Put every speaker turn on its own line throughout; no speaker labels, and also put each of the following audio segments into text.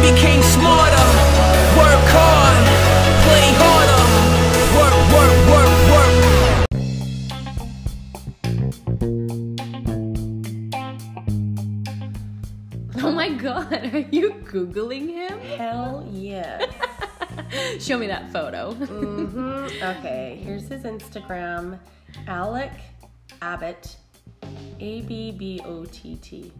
became smarter. Work hard, play harder. Work, work, work, work.
Oh my god, are you Googling him?
Hell yes.
Show me that photo.
Mm-hmm. okay, here's his Instagram Alec Abbott, A B B O T T.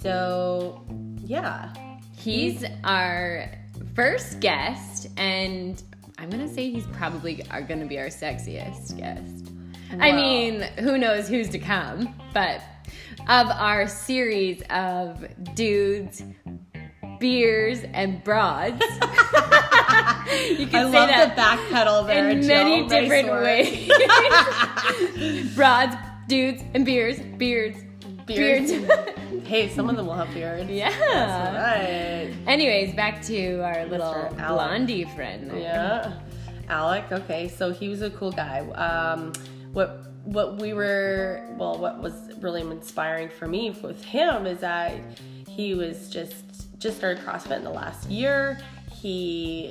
So, yeah.
He's our first guest, and I'm gonna say he's probably are gonna be our sexiest guest. I
Wow.
mean, who knows who's to come, but of our series of dudes, beers, and broads, you
I
can say
love
that
the back pedal there.
in
Jill.
many
Nice
different
work.
ways. Broads, dudes, and beers, beards,
Beards.
beards.
Hey, some of them will have beards.
yeah.
Right.
Anyways, back to our little
Allen.
blondie friend. there.
Yeah. Alec, okay. So he was a cool guy. Um what what we were well what was really inspiring for me with him is that he was just just started CrossFit in the last year. He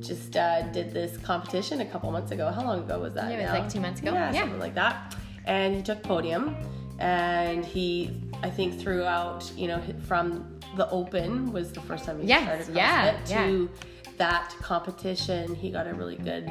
just uh, did this competition a couple months ago. How long ago was that?
Yeah, it was
now?
like two months ago.
Yeah,
Yeah.
something like that. And he took podium, and he, I think, throughout, you know, from the open was the first time he
Yes,
started CrossFit
yeah,
to that competition. He got a really good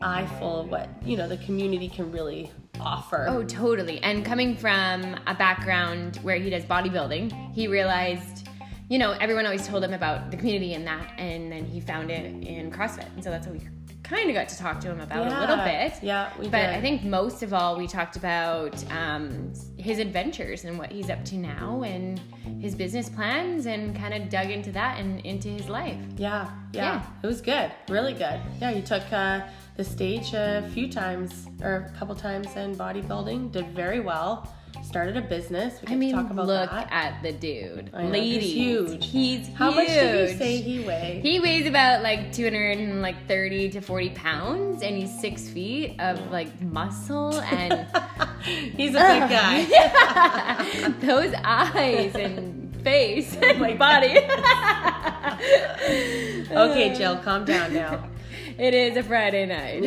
eye full of what you know the community can really offer.
Oh, totally. And coming from a background where he does bodybuilding, he realized, you know, everyone always told him about the community and that, and then he found it in CrossFit. And so that's what we kind of got to talk to him about a little
Yeah.
bit.
Yeah, we
But
did.
I think most of all, we talked about um, his adventures and what he's up to now and his business plans and kind of dug into that and into his life.
Yeah, yeah,
Yeah.
It was good, really good. Yeah, he took uh, the stage a few times or a couple times in bodybuilding. Did very well. Started a business. We
I
can
mean,
talk about
look
that.
at the dude.
I know,
Ladies,
he's huge.
He's
How much did you
huge.
say he weighed?
He weighs about like 230 to 40 pounds, and he's six feet of like muscle and
He's a big guy.
those eyes and face and
Oh my
body.
Okay, Jill, calm down now.
it is a Friday night.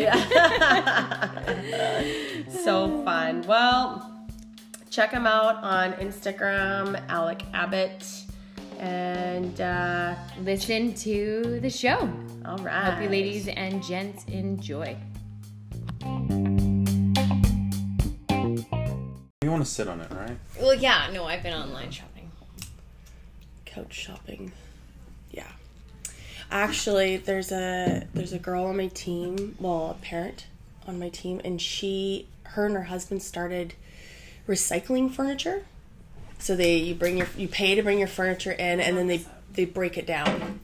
so fun. Well, check him out on Instagram, Alec Abbott. And uh,
Listen to the show.
all right.
Hope you ladies and gents enjoy.
You want to sit on it, right?
Well, yeah, no, I've been online shopping.
couch shopping. Yeah. Actually, there's a there's a girl on my team, well, a parent on my team, and she her and her husband started recycling furniture. So they you bring your you pay to bring your furniture in and then they they break it down.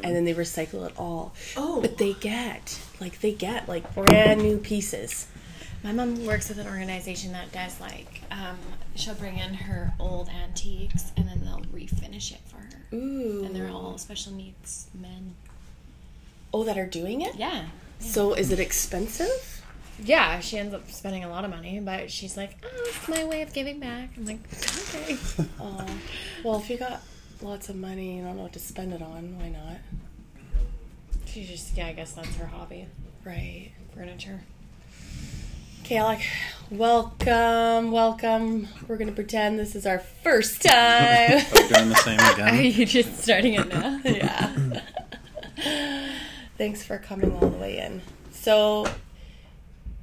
And then they recycle it all. Oh. But they get like they get like brand new pieces.
My mom works with an organization that does like, um, she'll bring in her old antiques and then they'll refinish it for her.
Ooh.
And they're all special needs men.
Oh, that are doing it?
Yeah.
So is it expensive?
Yeah, she ends up spending a lot of money, but she's like, oh, it's my way of giving back. I'm like, okay.
Oh. Well, if you got lots of money, you don't know what to spend it on. Why not?
She just, yeah, I guess that's her hobby
Right.
furniture.
Okay, Alec. Welcome, welcome. We're gonna pretend this is our first time.
Are doing the same
Are
again?
you just starting it now?
yeah. Thanks for coming all the way in. So,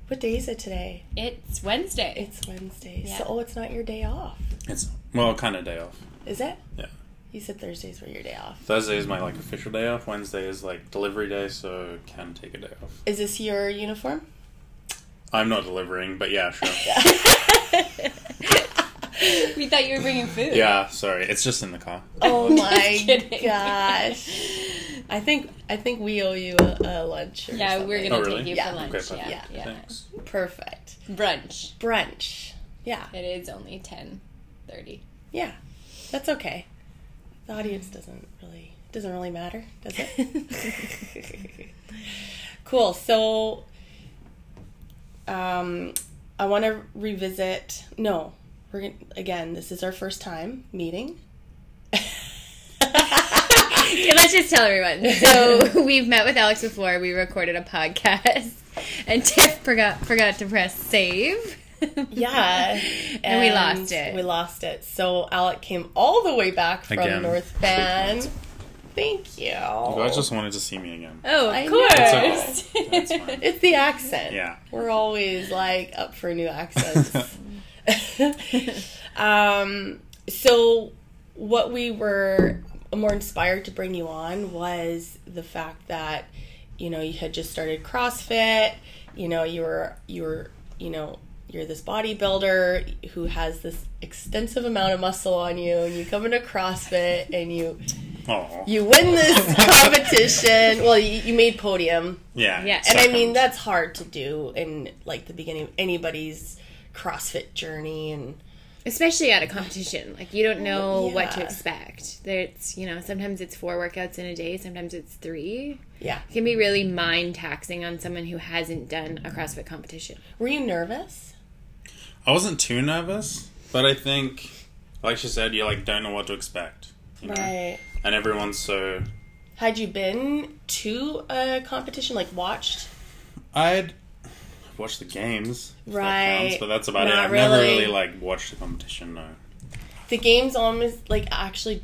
what day is it today?
It's Wednesday.
It's Wednesday. So, oh, it's not your day off,
It's well, kind of day off.
is it?
Yeah.
You said Thursdays were your day off.
Thursday is my like official day off. Wednesday is like delivery day, so can take a day off.
Is this your uniform?
I'm not delivering, but yeah, sure.
We thought you were bringing food.
yeah, sorry, it's just in the car.
Oh my
kidding.
gosh! I think I think we owe you a, a lunch. Or
Yeah, we're
something.
gonna
Oh, really?
take you
Yeah.
for lunch.
Okay, fine.
yeah,
Yeah.
yeah.
Thanks.
perfect
Brunch.
brunch. Yeah,
It is only ten thirty.
yeah, that's okay. The audience doesn't really doesn't really matter, does it? cool. So, um, I want to revisit. No, we're gonna, again. This is our first time meeting.
Okay, let's just tell everyone. So we've met with Alex before. We recorded a podcast, and Tiff forgot forgot to press save.
Yeah.
And we lost it.
We lost it. So Alec came all the way back from
Again.
North Van. Thank you.
You guys just wanted to see me again.
Oh,
Of
It's
course.
That's fine.
It's the accent.
Yeah.
We're always like up for new accents. um, so, what we were more inspired to bring you on was the fact that you know you had just started CrossFit. You know you were you were you know you're this bodybuilder who has this extensive amount of muscle on you, and you come into CrossFit and you
Oh.
you win this competition. well, you, you made podium.
Yeah.
Yeah.
And I
second.
mean, that's hard to do in like the beginning of anybody's CrossFit journey. And
especially at a competition like you don't know what to
Yeah.
expect there's you know sometimes it's four workouts in a day sometimes it's three
yeah,
it can be really mind taxing on someone who hasn't done a crossfit competition
were you nervous?
I wasn't too nervous, but I think, like she said, you like don't know what to expect. You know?
Right.
And everyone's so.
Had you been to a competition like watched?
I'd watched the games, if that
Right.
counts, but that's about it.
Not
I've never
really.
really like watched the competition. No.
The game's almost like actually.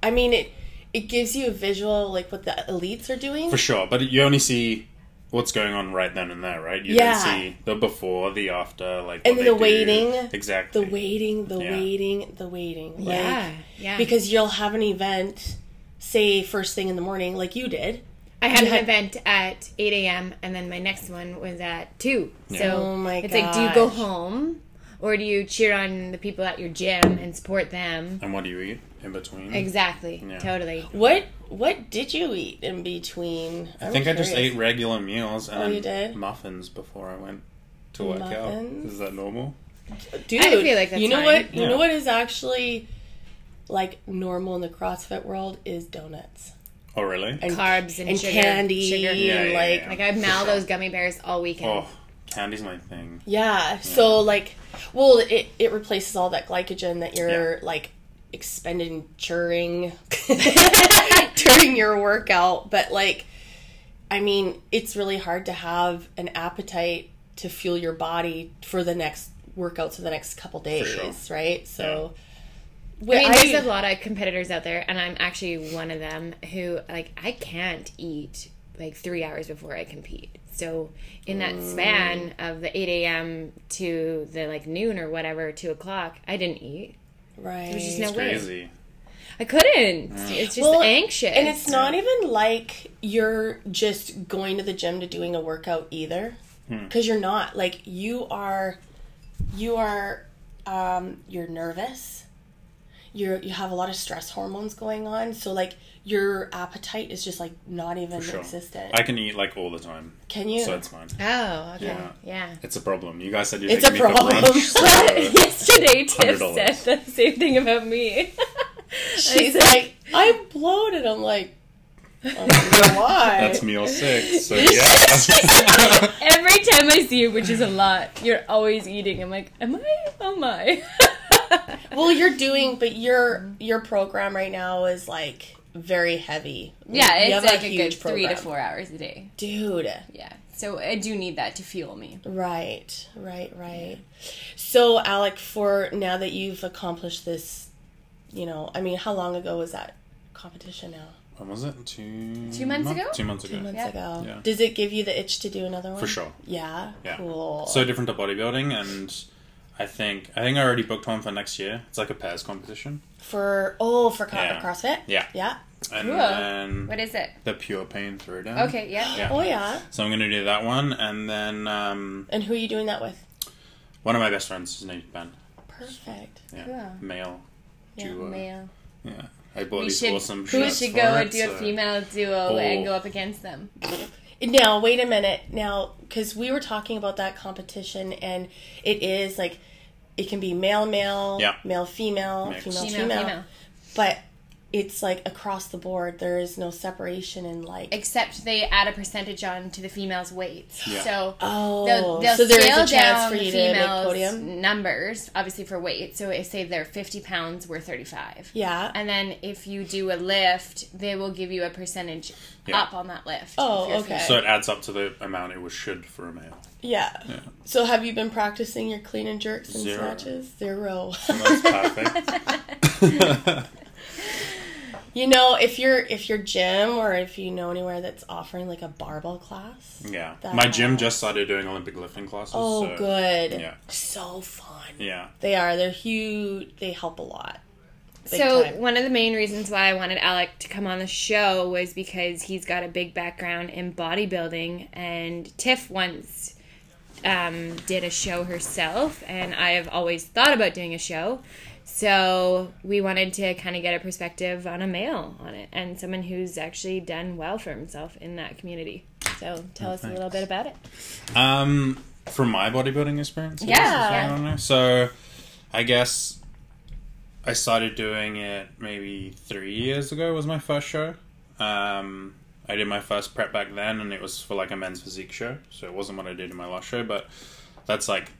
I mean it. It gives you a visual like what the elites are doing.
For sure, but you only see what's going on right then and there, right? You
Yeah.
don't see the before, the after, like
And
what
the
they do.
waiting.
Exactly.
The waiting, the
Yeah.
waiting, the waiting. Like,
Ah, yeah because
Because you'll have an event, say first thing in the morning, like you did.
i had an
had-
event at 8 a.m and then my next one was at 2 so
Yeah.
Oh my
it's like do you go
gosh.
home or do you cheer on the people at your gym and support them
And what do you eat in between?
exactly
Yeah.
totally
What what did you eat in between?
I think I just ate regular meals and
Oh, you did?
muffins before I went to work out.
Muffins?
Is that normal?
Dude,
I feel like that's
you know
fine.
what you
Yeah.
know what is actually like normal in the CrossFit world is donuts
Oh, really?
and
carbs and,
and
sugar,
candy
sugar.
and
Yeah, yeah,
like
yeah.
like i maul those gummy bears all weekend
Oh, candy's my thing.
Yeah. So like, well, it it replaces all that glycogen that you're
Yeah.
like expendituring during your workout. But like, I mean, it's really hard to have an appetite to fuel your body for the next workout, so the next couple days,
sure.
right? So.
I mean,
Wait,
there's a lot of competitors out there, and I'm actually one of them who, like, I can't eat like three hours before I compete. So in that span
Mm.
of the 8 a.m. to the like noon or whatever, two o'clock, I didn't eat.
right.
There's just no way.
Crazy. Mm.
I couldn't. It's just
Well,
anxious.
And it's not even like you're just going to the gym to doing a workout either,
Hmm.
because you're not. Like you are, you are, um, you're nervous. You're you have a lot of stress hormones going on, so like your appetite is just like not even
Sure.
existent.
I can eat like all the time,
Can you?
so it's fine.
oh, okay, yeah.
Yeah. It's a problem. You guys said you're
It's
taking
a
me
problem.
for brunch. so-
Yesterday, Tiff
$100.
said the same thing about me.
She's like, I'm bloated. I'm like, I don't know why?
That's meal six. So yeah.
Every time I see you, which is a lot, you're always eating. I'm like, am I? Oh my.
well, you're doing, but your your program right now is like very heavy.
Yeah,
You
it's
have
like a, good
huge
three to
program.
four hours a day.
Dude.
Yeah. So I do need that to fuel me.
Right, right, right. So, Alec, for now that you've accomplished this, you know, I mean, how long ago was that competition now?
when was it? Two.
Two months
month-
ago?
Two months ago.
Two months
Yeah.
ago.
Yeah.
Does it give you the itch to do another one?
For sure.
Yeah.
Yeah.
Cool.
So different to bodybuilding, and I think I think I already booked one for next year. It's like a pairs competition,
for oh, for co-
Yeah.
CrossFit.
Yeah.
Yeah.
and
Cool.
then
What is it?
the pure pain throwdown.
Okay, yeah.
Yeah.
Oh yeah.
So I'm gonna do that one, and then um,
And who are you doing that with?
one of my best friends, his name's Ben.
Perfect.
Yeah.
Cool.
Male.
Yeah,
duo.
Male.
Yeah. I bought
We
these
should,
awesome
who
shirts
should
for
go
it,
and do
so-
a female duo and
Oh.
go up against them?
Now, wait a minute. Now, because we were talking about that competition, and it is like it can be male, male,
Yeah.
male, female,
Mixed.
female,
Female,
female,
female.
But it's like across the board. There is no separation in like.
Except they add a percentage on to the female's weights.
Yeah.
So
oh,
they'll, they'll
so there is
scale
a chance
down
for
the
you to make
female's
podium.
numbers, obviously for weight. So if say they're 50 pounds, we're 35.
Yeah.
And then if you do a lift, they will give you a percentage
Yeah.
up on that lift.
Oh,
if you're a
okay.
female.
So it adds up to the amount it was should for a male.
yeah. So have you been practicing your clean and jerks and
Zero.
snatches? Zero.
That's perfect.
you know, if you're if your gym or if you know anywhere that's offering like a barbell class.
Yeah.
That
My gym
helps.
just started doing Olympic lifting classes.
Oh,
so,
good.
Yeah.
So fun.
Yeah.
They are. They're huge. They help a lot. Big
so
time.
one of the main reasons why I wanted Alec to come on the show was because he's got a big background in bodybuilding, and Tiff once um, did a show herself, and I have always thought about doing a show. So we wanted to kind of get a perspective on a male on it, and someone who's actually done well for himself in that community. So
Oh,
tell us a little bit about it.
Um, from my bodybuilding experience, I guess, is
Yeah.
what I wanna know. So, I guess I started doing it maybe three years ago. Was my first show. Um, I did my first prep back then, and it was for like a men's physique show. So it wasn't what I did in my last show, but that's like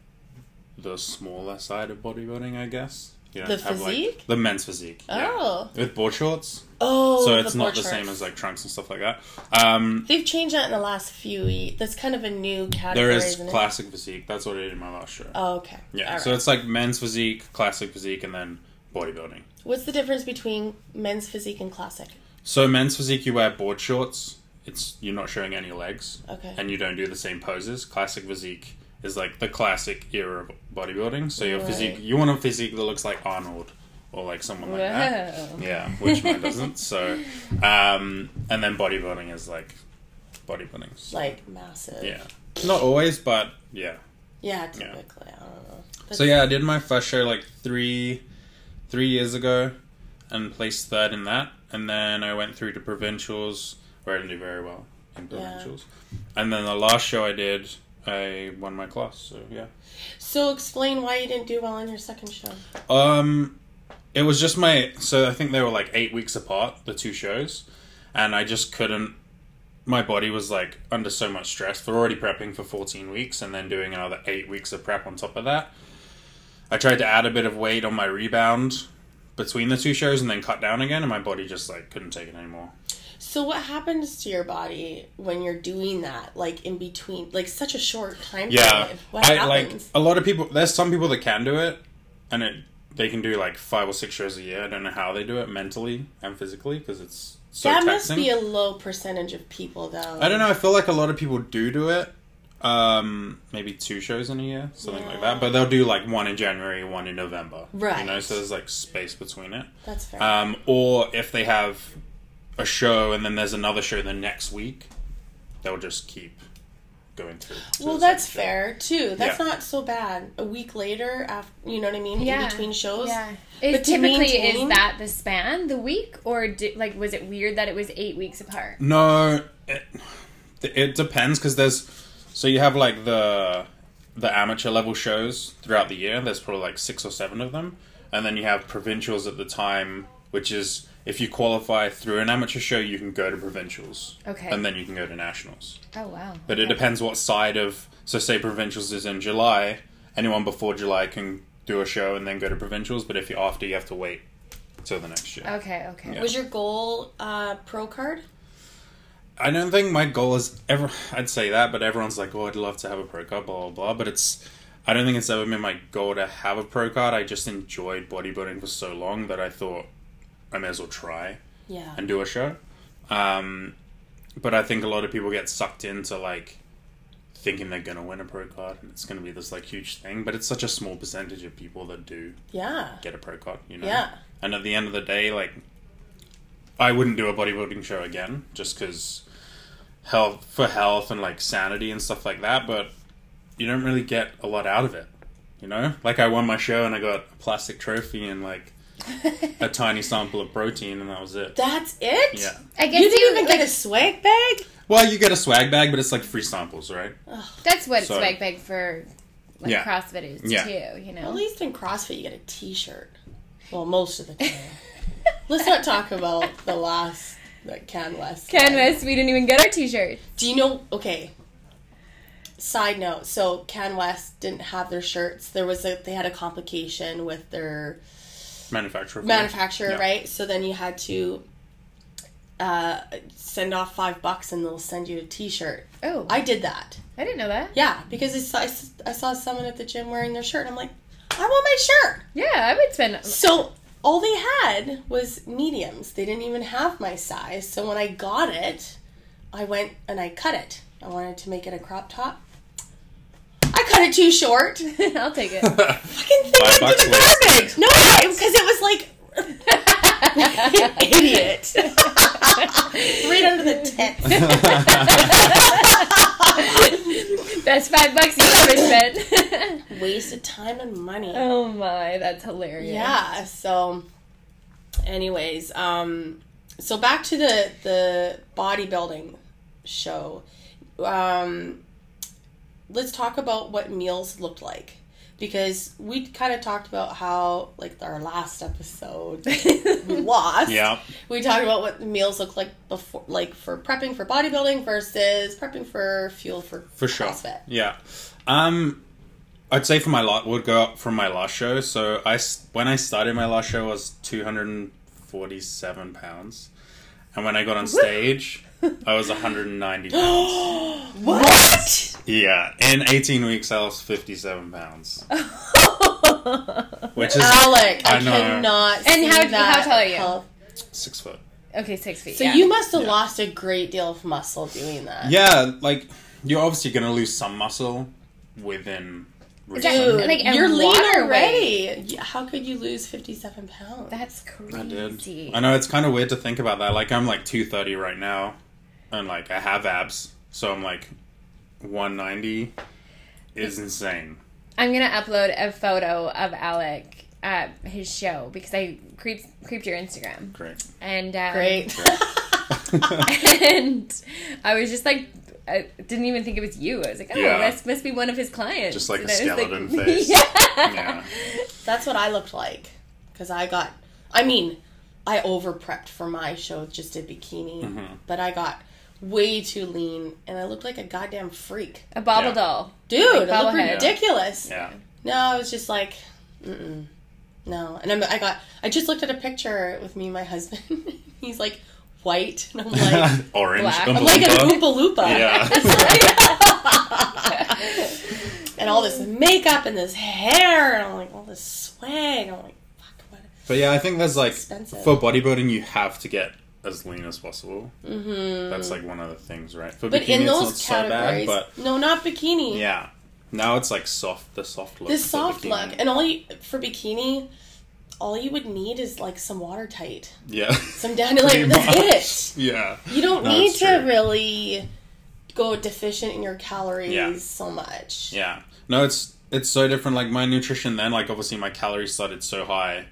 the smaller side of bodybuilding, I guess. You don't
The physique?
like the men's physique. yeah.
Oh.
with board shorts,
Oh,
so it's not
board
the same
shorts.
as like trunks and stuff like that. Um,
They've changed that in the last few weeks. That's kind of a new category.
there is
isn't it?
classic physique. That's what I did in my last show.
Oh, okay.
Yeah,
All
so
right.
it's like men's physique, classic physique, and then bodybuilding.
What's the difference between men's physique and classic?
So men's physique, you wear board shorts. It's you're not showing any legs,
Okay.
and you don't do the same poses. Classic physique is like the classic era of bodybuilding. So your physique,
Right.
you want a physique that looks like Arnold or like someone like that. Yeah, which mine doesn't. So, um, and then bodybuilding is like bodybuilding. So,
Like massive.
yeah, not always, but yeah.
Yeah, typically. I don't know.
So yeah, I did my first show like three, three years ago, and placed third in that. And then I went through to provincials, where I didn't do very well in provincials. And then the last show I did, I won my class. So yeah,
So explain why you didn't do well in your second show.
um, it was just my. So I think they were like eight weeks apart, the two shows, and I just couldn't. My body was like under so much stress for already prepping for 14 weeks and then doing another eight weeks of prep on top of that. I tried to add a bit of weight on my rebound between the two shows and then cut down again, and my body just like couldn't take it anymore.
So what happens to your body when you're doing that? Like in between, like such a short time.
Yeah,
period. What
I like uh,
happens?
a lot of people. There's some people that can do it, and it they can do like five or six shows a year. I don't know how they do it mentally and physically because it's so
that
taxing.
must be a low percentage of people, though.
I don't know. I feel like a lot of people do do it. Um, maybe two shows in a year, something like that. But they'll do like one in January, one in November. You know,
Right.
so there's like space between it.
That's fair.
Um, or if they have a show and then there's another show the next week, they'll just keep going through. So
well,
it's like
that's
a show.
fair too. That's
Yeah.
not so bad. A week later, after you know what I mean, in between shows.
Yeah. Is
But to
typically
maintain-
is that the span, the week, or do, like was it weird that it was eight weeks apart?
No, it, it depends because there's so you have like the the amateur level shows throughout the year. There's probably like six or seven of them, and then you have provincials at the time, which is if you qualify through an amateur show, you can go to provincials.
Okay.
and then you can go to nationals.
Oh wow.
But it depends what side of so say provincials is in July. Anyone before July can do a show and then go to provincials. But if you're after, you have to wait till the next year.
Okay. Okay.
Yeah.
Was your goal uh, pro card?
I don't think my goal is ever. I'd say that, but everyone's like, "Oh, I'd love to have a pro card," blah blah blah. But it's, I don't think it's ever been my goal to have a pro card. I just enjoyed bodybuilding for so long that I thought I may as well try
Yeah.
and do a show. Um, but I think a lot of people get sucked into like thinking they're gonna win a pro card and it's gonna be this like huge thing. But it's such a small percentage of people that do
yeah.
get a pro card, you know?
Yeah.
And at the end of the day, like, I wouldn't do a bodybuilding show again just because health, for health and like sanity and stuff like that, but you don't really get a lot out of it, you know? Like, I won my show and I got a plastic trophy and like a tiny sample of protein and that was it.
That's it.
Yeah.
I guess
You didn't even
like,
get a swag bag.
Well, you get a swag bag, but it's like free samples, right?
that's what
Sorry.
swag bag for like
Yeah.
CrossFit is
Yeah.
too. You know.
At least in CrossFit, you get a T-shirt. Well, most of the time. Let's not talk about the last like, Can West.
Canvas, we didn't even get our t-shirts.
Do you know? Okay. Side note: So Can West didn't have their shirts. There was a they had a complication with their
Manufacturer. for-
manufacturer,
Yeah.
right? So then you had to uh, send off five bucks, and they'll send you a T-shirt.
Oh,
I did that.
I didn't know that.
Yeah, because I saw, I s- I saw someone at the gym wearing their shirt, and I'm like, I want my shirt.
Yeah, I would spend.
So all they had was mediums. They didn't even have my size. So when I got it, I went and I cut it. I wanted to make it a crop top. I cut it too short. Fucking
I'll take it.
thing
Five
went
bucks
to the
later.
garbage. No, because it was like idiot. right under the tits.
That's five bucks you ever spent.
Wasted time and money.
oh my, that's hilarious.
yeah so anyways um so back to the the bodybuilding show um let's talk about what meals looked like because we kind of talked about how like our last episode we lost
Yeah.
we talked about what the meals look like before like for prepping for bodybuilding versus prepping for fuel for
for sure.
CrossFit.
Yeah. Um, I'd say for my lot would go up from my last show. So I s- when I started my last show I was two hundred and forty seven pounds, and when I got on stage, I was one hundred and ninety pounds.
what
yeah, in eighteen weeks I lost fifty seven pounds, which is
alec i,
I know.
cannot
And
see
how- how
that
tall are you?
health.
six foot.
Okay, six feet.
So
yeah.
you must have
Yeah.
lost a great deal of muscle doing that.
Yeah, like you're obviously gonna lose some muscle within.
that-
reason.
Like, and
you're lean
water
already. You- How could you lose 57 pounds?
That's
I did.
crazy.
I know it's kind of weird to think about that. Like I'm like 230 right now, and like I have abs, so I'm like 190 is insane.
I'm gonna upload a photo of Alec at his show because I creep creeped your Instagram
Great.
and um,
great.
and I was just like. I didn't even think it was you. I was like, oh,
Yeah.
this must be one of his clients.
Just like
And
a
I was
skeleton face.
Yeah.
Yeah.
That's what I looked like because I got. I mean, I over prepped for my show with just a bikini,
Mm-hmm.
but I got way too lean and I looked like a goddamn freak,
A bobble
Yeah.
doll.
dude. I looked
bobblehead.
ridiculous.
Yeah.
No, I was just like, mm-mm, no. And I'm, I got, I just looked at a picture with me and my husband. He's like white, and I'm like,
Orange.
Black.
Oompa
I'm like an
Loompa.
Oompa Loompa.
Yeah.
And all this makeup and this hair, and I'm like, all this swag. I'm like, fuck, what?
but yeah, I think there's like
Expensive.
for bodybuilding you have to get as lean as possible. Mm-hmm. That's like one of the things, right? For
But
bikini,
in
it's
those
not
categories,
so bad,
no, not bikini.
but yeah. Now it's like soft, the soft look.
This
for
soft
bikini.
look, and all you for bikini, all you would need is like some watertight,
yeah.
some Dandelite. That's
Pretty
it.
yeah.
You don't
No,
need
it's
to
true.
really go deficient in your calories
Yeah.
so much.
Yeah. No, it's it's so different. Like my nutrition then, like obviously my calories started so high,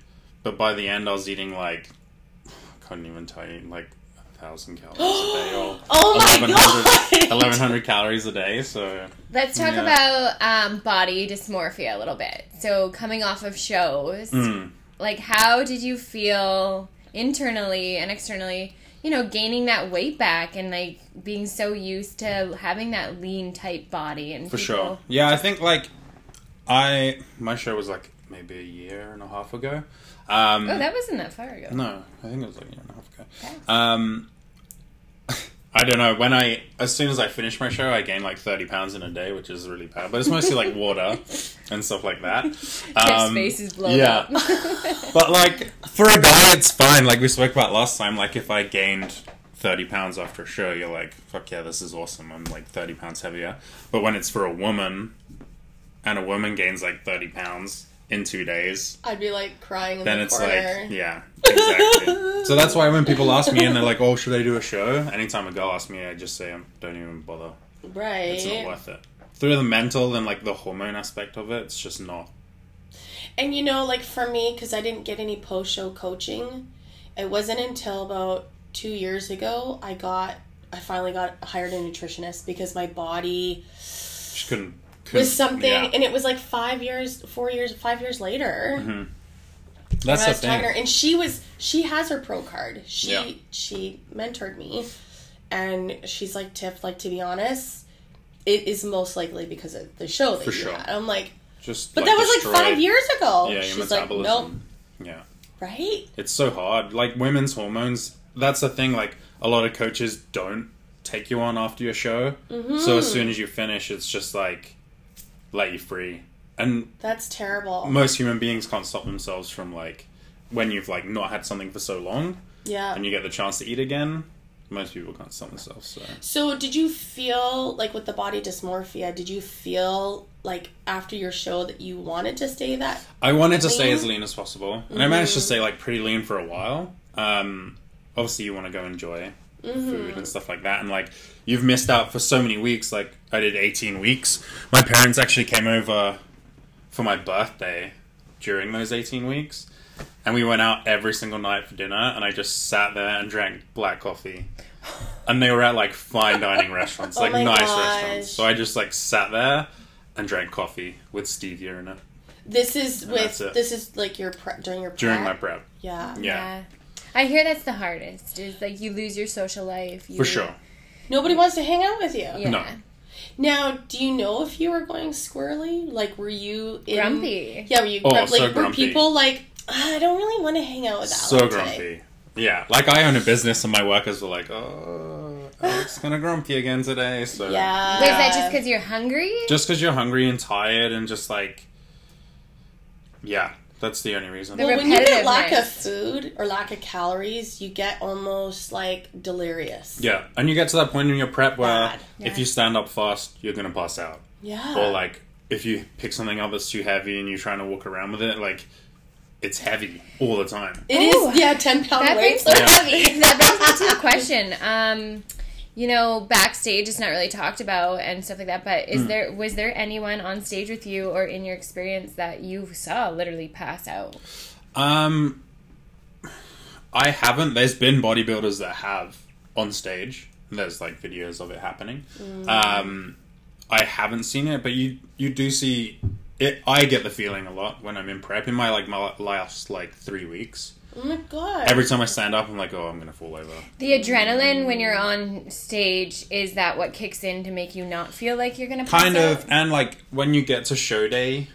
but by the end I was eating like I couldn't even tell you like a thousand calories a day or
Oh my
1100,
god!
1100 calories a day. So
Let's talk
Yeah.
about um, body dysmorphia a little bit. So, coming off of shows,
mm,
like, how did you feel internally and externally, you know, gaining that weight back and, like, being so used to having that lean, tight body? And
for
people-
sure. Yeah, I think like I my show was like maybe a year and a half ago. Um,
Oh, that wasn't that far ago.
No, I think it was like a year and a half ago. Um, I don't know. When I, as soon as I finished my show, I gained like 30 pounds in a day, which is really bad. But it's mostly like water and stuff like that.
His
Um,
face is blown
yeah.
up.
But like, for a guy, it's fine. Like we spoke about last time, like if I gained 30 pounds after a show, you're like, fuck yeah, this is awesome. I'm like 30 pounds heavier. But when it's for a woman and a woman gains like 30 pounds in two days,
I'd be like crying in
then
the
it's
corner.
like yeah exactly so that's why when people ask me and they're like oh should i do a show anytime a girl asks me i just say "Um, don't even bother
right.
it's not worth it through the mental and like the hormone aspect of it it's just not
And you know, like for me, because I didn't get any post show coaching, it wasn't until about two years ago I got, I finally got hired a nutritionist because my body
just couldn't, couldn't
was something,
yeah.
and it was like five years, four years, five years later.
That's
when I
Mm-hmm. the
was talking to her,
thing.
Uh, and she was she has her pro card. She
Yeah.
she mentored me, and she's like, Tiff, like to be honest, it is most likely because of the show that
For
you
sure.
had. I'm like,
Just
but that was
destroyed-
like five years ago.
Yeah, your
she's like,
metabolism.
nope,
Yeah.
right?
It's so hard. Like women's hormones, that's the thing. Like a lot of coaches don't take you on after your show.
Mm-hmm.
So as soon as you finish, it's just like let you free. And
That's terrible.
most human beings can't stop themselves from like when you've like not had something for so long
yeah.
and you get the chance to eat again. Most people can't stop themselves. So
so did you feel like with the body dysmorphia? Did you feel like after your show that you wanted to stay that?
I wanted to stay as lean as possible, and
Mm-hmm.
I managed to stay like pretty lean for a while. Um, obviously, you want to go enjoy
Mm-hmm.
food and stuff like that, and like you've missed out for so many weeks. Like I did eighteen weeks. My parents actually came over for my birthday during those eighteen weeks, and we went out every single night for dinner. And I just sat there and drank black coffee. And they were at like fine dining restaurants, like
Oh my
nice
gosh.
restaurants. So I just like sat there and drank coffee with stevia in it
This is with
that's it.
this is like your pre- during your
during my
prep?
prep.
Yeah.
Yeah,
I hear that's the hardest. Is like you lose your social life. You,
for sure.
Nobody wants to hang out with you.
Yeah.
No.
Now, do you know if you were going squirrely? Like, were you in,
Grumpy.
Yeah, were you
Oh,
grumpy?
so
like,
grumpy.
Were people like, "Ah, I don't really want to hang out with Alex
So
today."
grumpy. Yeah, like I own a business, and my workers were like, "Oh, Alex kind of grumpy again today." So
Yeah.
But is that just because you're hungry?
just because you're hungry and tired, and just like, yeah, that's the only reason.
Well,
when you get
repetitive
lack of
nights?
food or lack of calories, you get almost like delirious.
yeah, and you get to that point in your prep where
Bad.
if you stand up fast, you're gonna pass out,
Yeah.
or like if you pick something up that's too heavy and you're trying to walk around with it, like it's heavy all the time.
it is.
Ooh.
Yeah, ten pound
That
weights.
brings me
Yeah.
heavy. That brings me to the question. Um, you know, backstage it's not really talked about and stuff like that. But
Hmm.
is there was there anyone on stage with you or in your experience that you saw literally pass out?
Um, I haven't. There's been bodybuilders that have on stage. and There's like videos of it happening.
Mm.
Um, I haven't seen it, but you you do see it. I get the feeling a lot when I'm in prep in my like my last like three weeks.
Oh my god.
Every time I stand up, I'm like, oh, I'm gonna fall over.
The adrenaline when you're on stage is that what kicks in to make you not feel like you're gonna pass
Kind of,
out?
and like when you get to show day,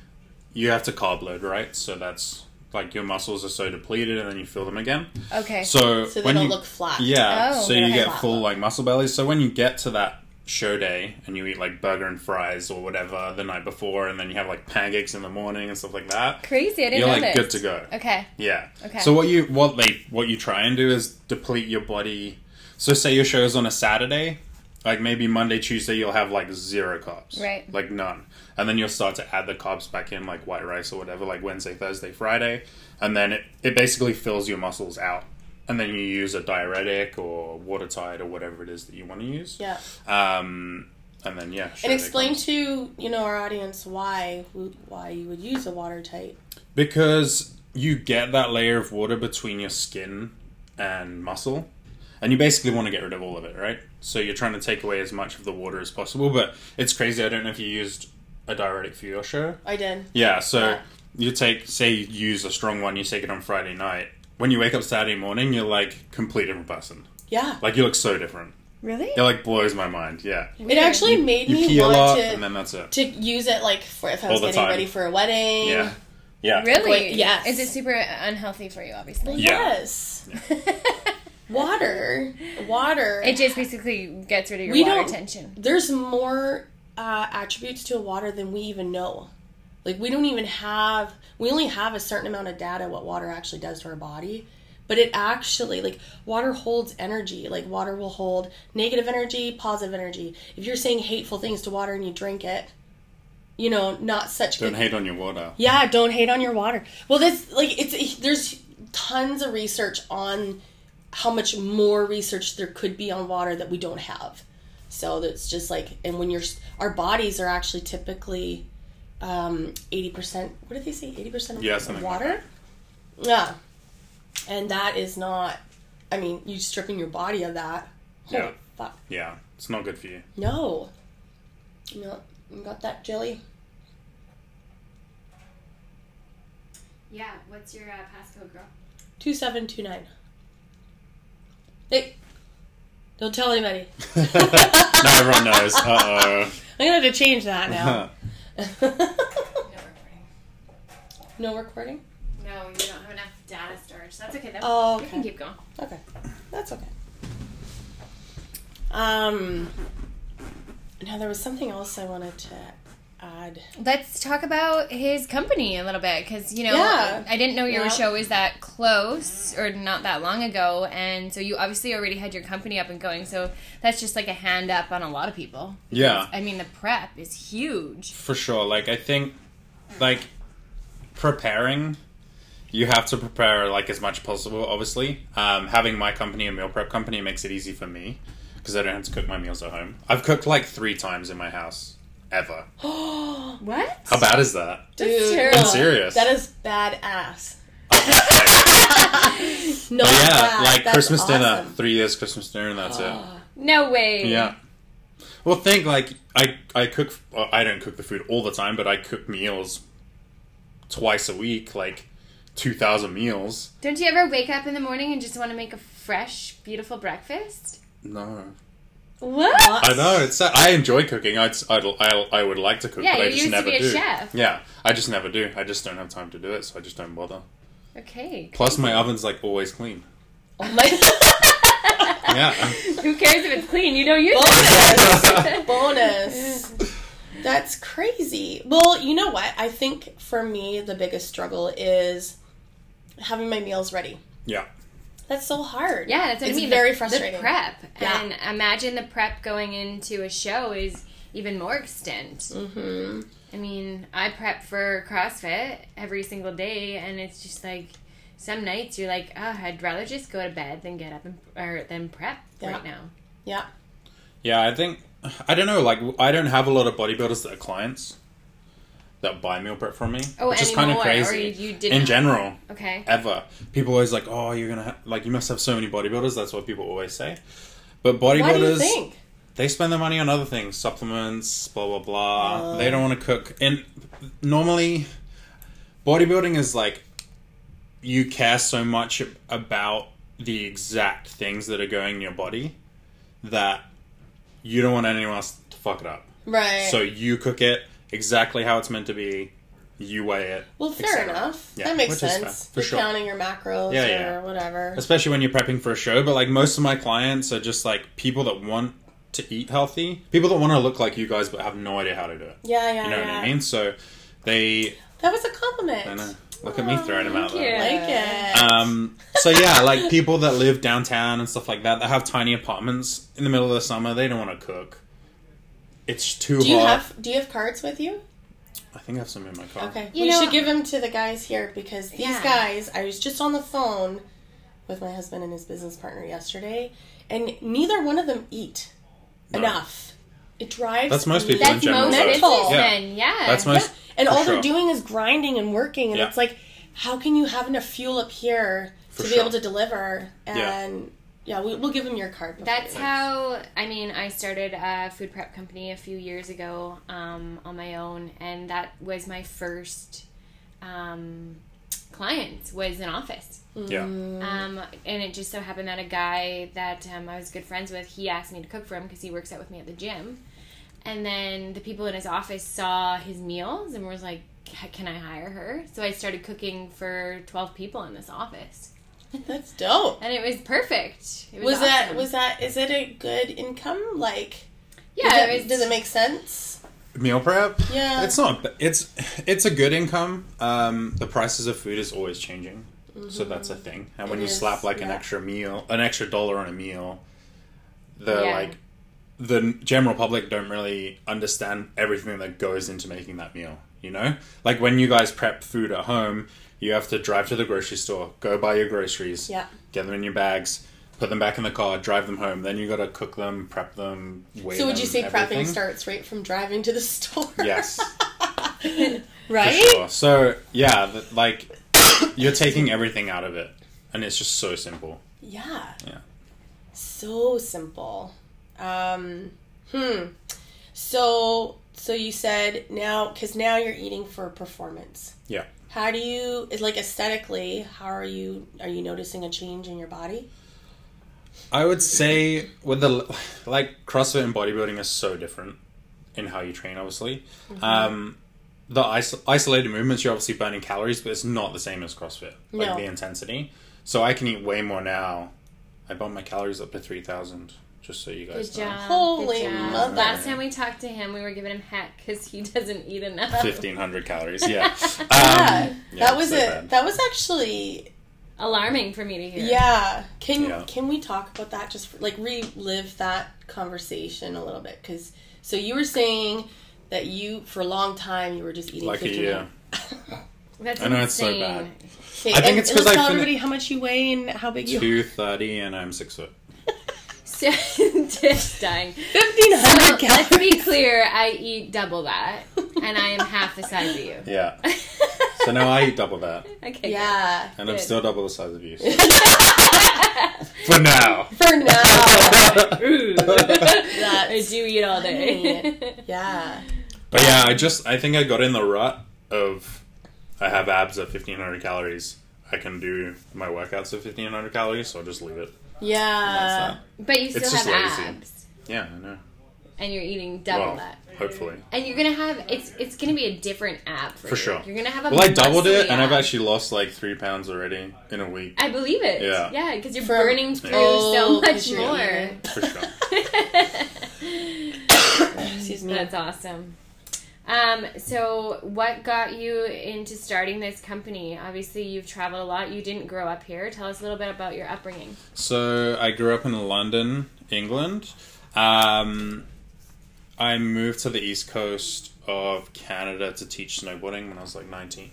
you have to carb load, right? So that's like your muscles are so depleted, and then you feel them again.
Okay.
So,
so they
when
don't
you
look flat.
Yeah.
Oh,
so
but
you
I
get
love
full
them.
like muscle bellies. So when you get to that show day and you eat like burger and fries or whatever the night before, and then you have like pancakes in the morning and stuff like that,
Crazy. I didn't
you're
know
like
this.
good to go.
Okay.
Yeah.
Okay.
So what you what they what you try and do is deplete your body. So say your show is on a Saturday, like maybe Monday, Tuesday, you'll have like zero carbs,
Right.
Like none, and then you'll start to add the carbs back in, like white rice or whatever, like Wednesday, Thursday, Friday, and then it it basically fills your muscles out, and then you use a diuretic or watertight or whatever it is that you want to use.
Yeah.
Um, and then yeah. show
And
day
explain
comes.
to you know our audience why why you would use a watertight.
Because you get that layer of water between your skin and muscle, and you basically want to get rid of all of it, right? So you're trying to take away as much of the water as possible, but it's crazy. I don't know if you used a diuretic for your show.
I did.
Yeah, so
Yeah.
you take, say, you use a strong one, you take it on Friday night. When you wake up Saturday morning, you're like complete different person.
Yeah.
Like you look so different.
Really?
It like blows my mind. Yeah,
It actually made
you
me
pee a
want
lot,
to
and then that's it.
to use it like for if I was
All the
getting
time.
ready for a wedding.
Yeah, yeah,
Really?
Wait, yes.
Is it super unhealthy for you? Obviously.
Yes. Water. Water.
it just basically gets rid of your
We
water
don't-
tension.
There's more uh, attributes to water than we even know. Like we don't even have we only have a certain amount of data what water actually does to our body. But it actually like water holds energy. Like water will hold negative energy, positive energy. If you're saying hateful things to water and you drink it, you know, not such
don't
good
hate on your water.
Yeah, don't hate on your water. Well, this like it's there's tons of research on how much more research there could be on water that we don't have. So that's just like, and when you're our bodies are actually typically um, eighty percent. What did they say? Eighty percent of
Yeah, something like
water. yeah, and that is not. I mean, you stripping your body of that. Holy
Yeah.
Fuck.
Yeah, it's not good for you.
No. No. You got that jelly?
Yeah, what's your uh, passcode, girl?
Two seven two nine. Hey, don't tell anybody.
now everyone knows. Uh
I'm gonna have to change that now.
oh.
No recording.
no recording.
No, you don't have enough data storage. That's okay though.
Oh,
You can
okay.
keep going.
Okay, that's okay. Um, now there was something else I wanted to add.
Let's talk about his company a little bit because you know
Yeah.
I didn't know your
Yeah.
show was that close or not that long ago, and so you obviously already had your company up and going. So that's just like a hand up on a lot of people.
Yeah.
I mean the prep is huge.
for sure. Like I think, like preparing, you have to prepare like as much possible. Obviously, um, having my company a meal prep company makes it easy for me because I don't have to cook my meals at home. I've cooked like three times in my house ever.
What?
How bad is that?
Dude,
I'm serious.
That is badass. No,
But Oh, yeah, like
that's
Christmas dinner,
awesome. Oh.
three years Christmas dinner, and that's
No way.
it. Yeah. Well, think like I I cook. Well, I don't cook the food all the time, but I cook meals twice a week, like two thousand meals.
Don't you ever wake up in the morning and just want to make a fresh, beautiful breakfast?
No,
What?
I know it's. sad. I enjoy cooking. I'd, I'd, I I would like to cook,
Yeah,
but I
you
just
used to
never
be a
do.
chef.
Yeah, I just never do. I just don't have time to do it, so I just don't bother.
Okay.
Plus, my oven's like always clean.
Oh my-
Yeah,
Who cares if it's clean? You don't use
Oh,
it.
bonus bonus that's crazy well you know what i think for me the biggest struggle is having my meals ready
yeah,
that's so hard
Yeah, that's what
it's
I mean.
very
the,
frustrating
The prep.
Yeah.
And imagine the prep going into a show is even more extent. Mm-hmm. I mean, I prep for CrossFit every single day, and it's just like some nights you're like, oh, I'd rather just go to bed than get up and or than prep
Yeah.
right now.
yeah
yeah. I think I don't know. Like, I don't have a lot of bodybuilders that are clients that buy meal prep from me,
Oh,
which is kind of
anymore,
crazy.
or you, you didn't.
In general,
Okay.
ever. People always like, oh, you're gonna ha-, like you must have so many bodybuilders. That's what people always say. But bodybuilders,
what do you think
they spend their money on other things supplements blah blah
Uh.
blah they don't want to cook and normally bodybuilding is like you care so much about the exact things that are going in your body that you don't want anyone else to fuck it up
right
so you cook it exactly how it's meant to be you weigh it
well
et
fair
cetera.
enough
Yeah,
that makes
which is fair,
sense
for
You're
sure.
counting your macros
Yeah,
or
yeah.
whatever
especially when you're prepping for a show but like most of my clients are just like people that want to eat healthy people that want to look like you guys but have no idea how to do it
yeah yeah
You know
yeah.
what I mean? So they,
that was a compliment
I know. Look at me throwing them out
you.
there.
like it
Um, so yeah, like people that live downtown and stuff like that, that have tiny apartments in the middle of the summer, they don't want to cook. It's too
do you
hot.
have do you have cards with you
I think I have some in my car.
Okay.
You
we
know-
should give them to the guys here because these
Yeah.
guys, I was just on the phone with my husband and his business partner yesterday, and neither one of them eat
No.
enough. It drives
That's most people in
That's
general.
most
though.
Mental.
businessmen. Yeah.
That's
Yeah.
most.
And
for
all
sure.
they're doing is grinding and working, and
Yeah.
it's like, how can you have enough fuel up here
For
to be
sure.
able to deliver?
Yeah.
And yeah, we, we'll give them your card. before
That's
we-
how I mean. I started a food prep company a few years ago um, on my own, and that was my first um, client was an office.
Mm-hmm.
Yeah.
Um, and it just so happened that a guy that um, I was good friends with, he asked me to cook for him because he works out with me at the gym. And then the people in his office saw his meals and was like, "Ca- "Can I hire her?" So I started cooking for twelve people in this office,
That's dope.
and it was perfect. It
Was that
awesome.
was that is it a good income? Like,
yeah?
does, it,
it was,
does it make sense?
Meal prep.
Yeah.
It's not. It's it's a good income. Um, the prices of food is always changing, so that's a thing. And when
Mm-hmm. It
you
is,
slap like an
yeah.
extra meal, an extra dollar on a meal, the
Yeah.
like the n- general public don't really understand everything that goes into making that meal. You know, like when you guys prep food at home, you have to drive to the grocery store, go buy your groceries,
Yeah.
get them in your bags. Put them back in the car, drive them home. Then you gotta cook them, prep them, weigh
So would you
them,
say
everything.
prepping starts right from driving to the store?
Yes.
right?
Sure. So yeah, th like you're taking everything out of it, and it's just so simple.
Yeah.
Yeah.
So simple. Um, hmm. So So you said now, because now you're eating for performance.
Yeah.
How do you, is like aesthetically, how are you, are you noticing a change in your body?
I would say with the like CrossFit and bodybuilding are so different in how you train. Obviously,
Mm-hmm.
um, the iso- isolated movements you're obviously burning calories, but it's not the same as CrossFit. Like
No.
the intensity. So I can eat way more now. I bump my calories up to three thousand. Just so you guys
Good
know.
job.
Holy
good job.
mother.
Last time we talked to him, we were giving him heck because he doesn't eat enough.
Fifteen hundred calories. Yeah. Um,
Yeah,
yeah,
that was
so
it.
bad.
That was actually,
Alarming for me to hear.
yeah. Can
Yeah.
can we talk about that? Just for, like relive that conversation a little bit, because so you were saying that you for a long time you were just eating
Like a
15
year.
That's
I know it's so
insane.
bad.
Okay,
I think
and-
it's
and
'cause
let's
I
tell
fin-
everybody how much you weigh and how big you.
Two thirty, and I'm six foot.
So, just dying.
Fifteen
So,
hundred
let's
calories.
be clear, I eat double that, and I am half the size of you.
Yeah. So now I eat double that,
okay.
Yeah,
and I'm
Good.
still double the size of you. so- For now.
for now.
Ooh. I
That's,
do eat all day.
yeah,
Mm-hmm. But yeah, I just I think I got in the rut of I have abs at fifteen hundred calories. I can do my workouts at fifteen hundred calories, so I'll just leave it.
Uh,
yeah.
That's
but you still
just
have
lazy.
abs,
that. Yeah, I know.
and you're eating double
Well,
that.
hopefully,
And you're gonna have it's it's gonna be a different app for,
for
you.
sure.
You're gonna have a
well, I doubled it,
muscly
and I've
ab.
actually lost like three pounds already in a week
I believe it.
Yeah.
yeah, because you're
From-
burning through
Oh,
so
'cause
much
you're
more.
eating.
for sure.
Excuse me.
That's awesome. Um, so what got you into starting this company? Obviously, you've traveled a lot. You didn't grow up here. Tell us a little bit about your upbringing.
So I grew up in London, England. Um, I moved to the east coast of Canada to teach snowboarding when I was like 19.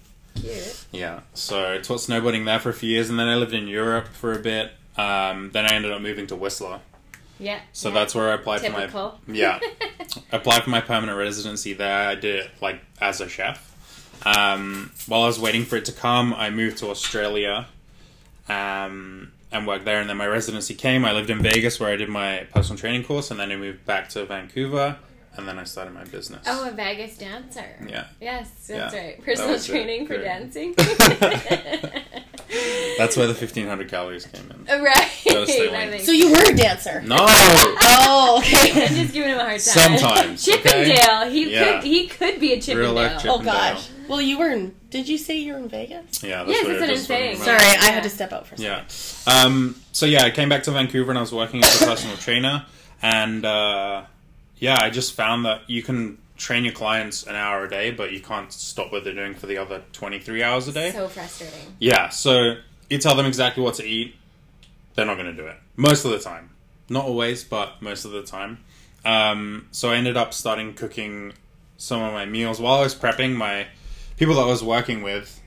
Yeah, so I taught snowboarding there for a few years, and then I lived in Europe for a bit. Um, then I ended up moving to Whistler,
Yeah.
so
yeah.
that's where I applied
Typical.
for my yeah, applied for my permanent residency there. I did it like as a chef. Um, while I was waiting for it to come, I moved to Australia, um, and worked there. And then my residency came. I lived in Vegas where I did my personal training course, and then I moved back to Vancouver, and then I started my business.
Oh, a Vegas dancer.
Yeah.
Yes, that's
Yeah,
right.
that
Personal
was it.
training for
Great.
dancing.
That's where the fifteen hundred calories came in.
right.
Those three
That
wings.
makes-
So you were a dancer.
No.
Oh, okay.
I'm just giving him a hard time.
Sometimes,
Chippendale. He
Yeah.
could. He could be a Chippendale.
life Chip.
Oh gosh. Well, you were in. Did you say you were in Vegas?
Yeah,
Yes,
that's what
that's
it
what
is
I'm
for me,
saying.
right?
Sorry, I
Yeah.
had to step out for a second.
Yeah. Um, so yeah, I came back to Vancouver and I was working as a personal trainer, and uh, yeah, I just found that you can train your clients an hour a day, but you can't stop what they're doing for the other twenty three hours a day.
So frustrating.
yeah. So you tell them exactly what to eat, they're not going to do it most of the time. Not always, but most of the time. Um, so I ended up starting cooking some of my meals while I was prepping. My people that I was working with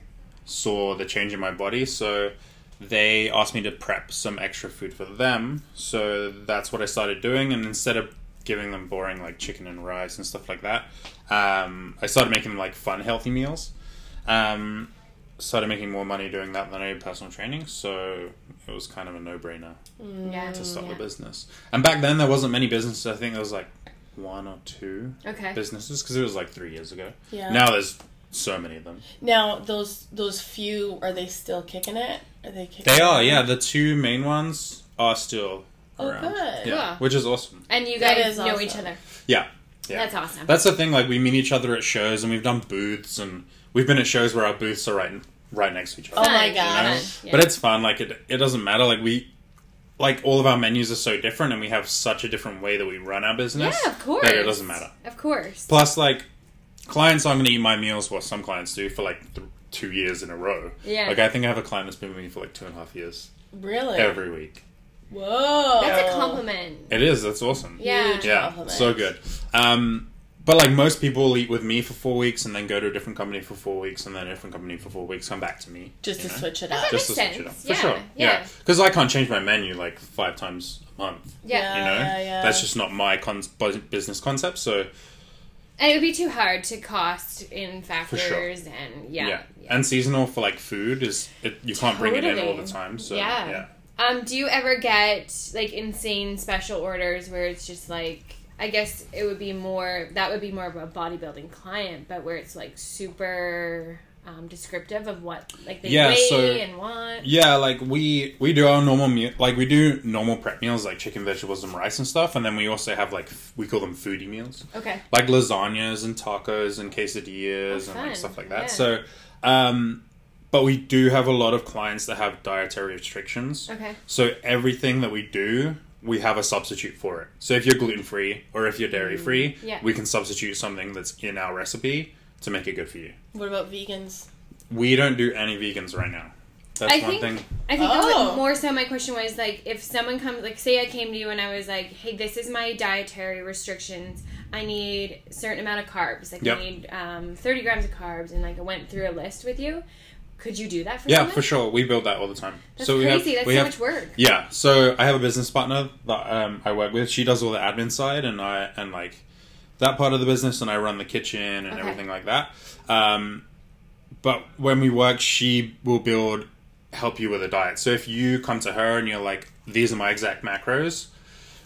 saw the change in my body, so they asked me to prep some extra food for them. So that's what I started doing, and instead of giving them boring like chicken and rice and stuff like that, um, I started making like fun, healthy meals. Um, started making more money doing that than I did personal training, so it was kind of a no-brainer
Yeah.
to start
Mm, yeah.
the business. And back then, there wasn't many businesses. I think there was like one or two
Okay.
businesses because it was like three years ago.
Yeah.
Now there's so many of them.
Now those those few are they still kicking it? Are they kicking?
They
it?
are, yeah. The two main ones are still
Oh,
around.
good.
Yeah,
Cool.
which is awesome.
And you
That
guys
is
know
awesome.
each other.
Yeah. yeah.
That's awesome.
That's the thing. Like we meet each other at shows, and we've done booths, and we've been at shows where our booths are right right next to each other.
Oh my
Fun,
gosh.
fun, yeah.
But it's fun. Like it, it doesn't matter. Like we, like all of our menus are so different, and we have such a different way that we run our business.
yeah, of course.
That it doesn't matter.
Of course.
Plus, like, clients aren't going to eat my meals. What some clients do for like th- two years in a row.
Yeah.
Like I think I have a client that's been with me for like two and a half years
Really?
every week.
Whoa.
That's a compliment.
It is. That's awesome.
Yeah.
Huge.
Yeah.
compliment.
So good. Um, but like most people eat with me for four weeks and then go to a different company for four weeks and then a different company for four weeks, come back to me.
Just
you
to
know?
switch it up.
That's
Just to switch it up.
sense.
For
Yeah,
sure.
yeah.
Yeah. Because I can't change my menu like five times a month.
Yeah.
You know?
Yeah, yeah.
That's just not my con- bu- business concept. So
And it would be too hard to cost in factors and yeah.
yeah.
Yeah.
and seasonal for like food is it, you can't bring it in all
Totally.
the time. So
Yeah.
yeah,
Um, do you ever get like insane special orders where it's just like I guess it would be more that would be more of a bodybuilding client, but where it's like super um, descriptive of what like they
Yeah,
weigh
so-
and want.
Yeah, like we we do our normal meal, like we do normal prep meals like chicken, vegetables, and rice and stuff, and then we also have like f- we call them foodie meals,
Okay.
like lasagnas and tacos and quesadillas
Oh,
and like
fun.
stuff like that.
Yeah.
So, um, but we do have a lot of clients that have dietary restrictions.
Okay.
So everything that we do, we have a substitute for it. So if you're gluten free or if you're dairy free,
Mm, Yeah.
we can substitute something that's in our recipe to make it good for you.
What about vegans?
We don't do any vegans right now. That's
I
one
think,
thing.
I think that was
Oh.
more so my question was like if someone comes like say I came to you and I was like, Hey, this is my dietary restrictions. I need a certain amount of carbs. Like
Yep.
I need um, thirty grams of carbs and like I went through a list with you. Could you do that for
Yeah,
someone?
for sure. We build that all the time.
That's
so we
crazy.
Have,
That's
we
so
have,
much work.
Yeah. So I have a business partner that um, I work with. She does all the admin side, and I and like that part of the business, and I run the kitchen and
Okay.
everything like that. Um, but when we work, she will build help you with a diet. So if you come to her and you're like, "These are my exact macros,"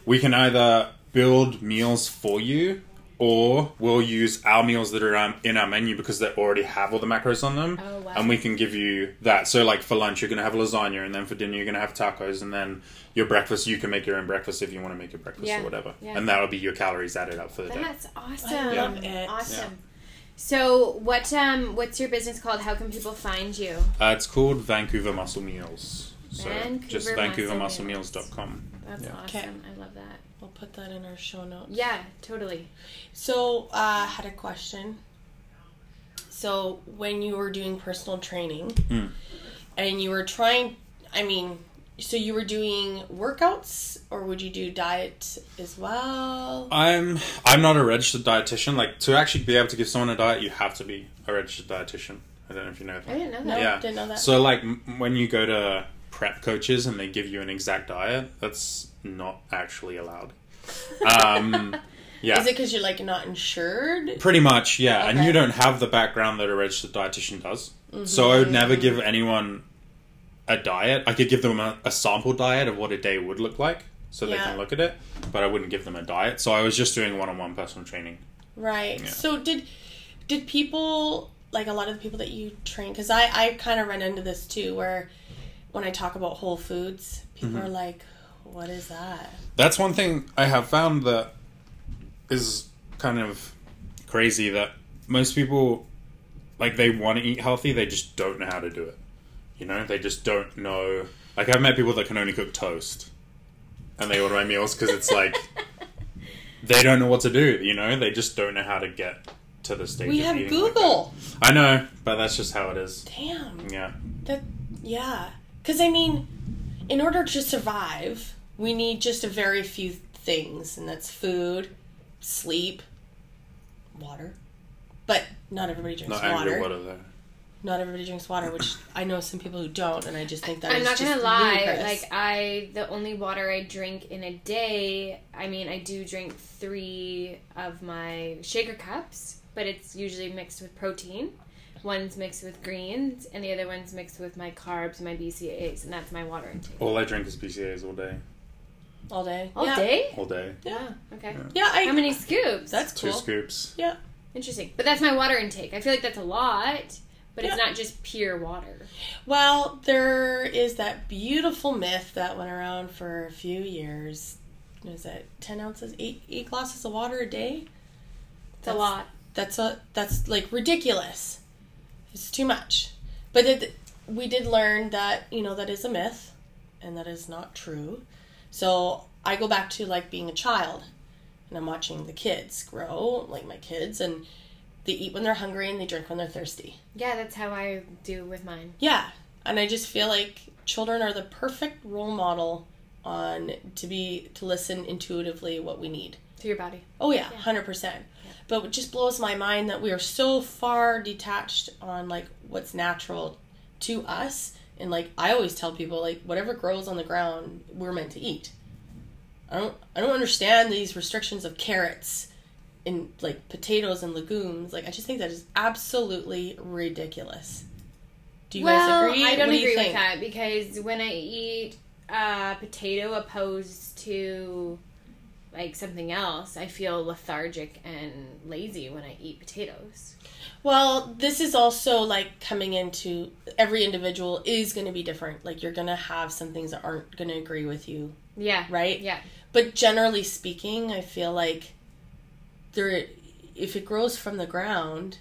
we can either build meals for you. Or we'll use our meals that are um, in our menu because they already have all the macros on them,
Oh, wow.
and we can give you that. So, like for lunch, you're gonna have lasagna, and then for dinner, you're gonna have tacos, and then your breakfast, you can make your own breakfast if you want to make your breakfast
Yeah,
or whatever,
yeah.
and that'll be your calories added up for the day.
That's awesome.
love it.
Awesome.
Yeah.
So what um what's your business called? How can people find you?
Uh, it's called Vancouver Muscle Meals. So
Vancouver
just
Muscle Meals.
vancouvermusclemeals.com.
That's
Yeah.
awesome.
Okay.
I love that.
We'll put that in our show notes.
Yeah, totally.
So I uh, had a question. So when you were doing personal training,
Hmm.
and you were trying, I mean, so you were doing workouts, or would you do diet as well?
I'm I'm not a registered dietitian. Like to actually be able to give someone a diet, you have to be a registered dietitian. I don't know if you know that.
I didn't know
No,
that.
yeah.
didn't know that.
So like m- when you go to prep coaches and they give you an exact diet, that's not actually allowed. Um, yeah.
Is it because you're like not insured?
Pretty much, yeah. And
Okay.
you don't have the background that a registered dietitian does. So I would
Mm-hmm.
never give anyone a diet. I could give them a, a sample diet of what a day would look like so they
Yeah.
can look at it, but I wouldn't give them a diet. So I was just doing one on one personal training.
Right.
Yeah.
So did did people like a lot of the people that you train? Because I I kind of run into this too, where when I talk about Whole Foods,
Mm-hmm.
people are like, "What is that?"
That's one thing I have found that is kind of crazy that most people, like, they want to eat healthy, they just don't know how to do it. You know, they just don't know. Like, I've met people that can only cook toast and they order my meals because it's like they don't know what to do, you know? They just don't know how to get to the stage.
We
of
have
eating like
Google.
that. I know, but that's just how it is.
Damn.
Yeah.
That yeah. Cuz I mean, in order to survive, we need just a very few things and that's food, sleep, water. But not everybody drinks
Not
water.
angry water, though.
Not everybody drinks water, which I know some people who don't and I just think that
I'm
is
not gonna
just
lie.
ludicrous.
Like I, the only water I drink in a day. I mean, I do drink three of my shaker cups, but it's usually mixed with protein. One's mixed with greens, and the other one's mixed with my carbs, my BCAAs, and that's my water intake.
All I drink is BCAAs all day.
all day.
All
yeah.
day?
All day.
Yeah.
Okay.
Yeah, I
How many scoops?
That's
Two
cool.
scoops.
Yeah.
interesting. But that's my water intake. I feel like that's a lot, but it's
Yeah.
not just pure water.
Well, there is that beautiful myth that went around for a few years. Was that ten ounces, eight eight glasses of water a day?
It's a
That's-
lot.
That's a that's like ridiculous. It's too much. But it, we did learn that you know that is a myth, and that is not true. So I go back to like being a child, and I'm watching the kids grow, like my kids, and they eat when they're hungry and they drink when they're thirsty.
Yeah, that's how I do with mine.
Yeah, and I just feel like children are the perfect role model on to be to listen intuitively what we need.
To your body.
Oh yeah, hundred percent. But it just blows my mind that we are so far detached on like what's natural to us. And like I always tell people, like whatever grows on the ground, we're meant to eat. I don't I don't understand these restrictions of carrots and like potatoes and legumes. Like I just think that is absolutely ridiculous. Do you
well,
guys agree?
I don't
What do you
agree with
think?
that because when I eat uh, potato opposed to like something else, I feel lethargic and lazy when I eat potatoes.
Well, this is also like coming into every individual is going to be different. Like you're going to have some things that aren't going to agree with you,
Yeah.
right?
Yeah.
But generally speaking, I feel like there if it grows from the ground,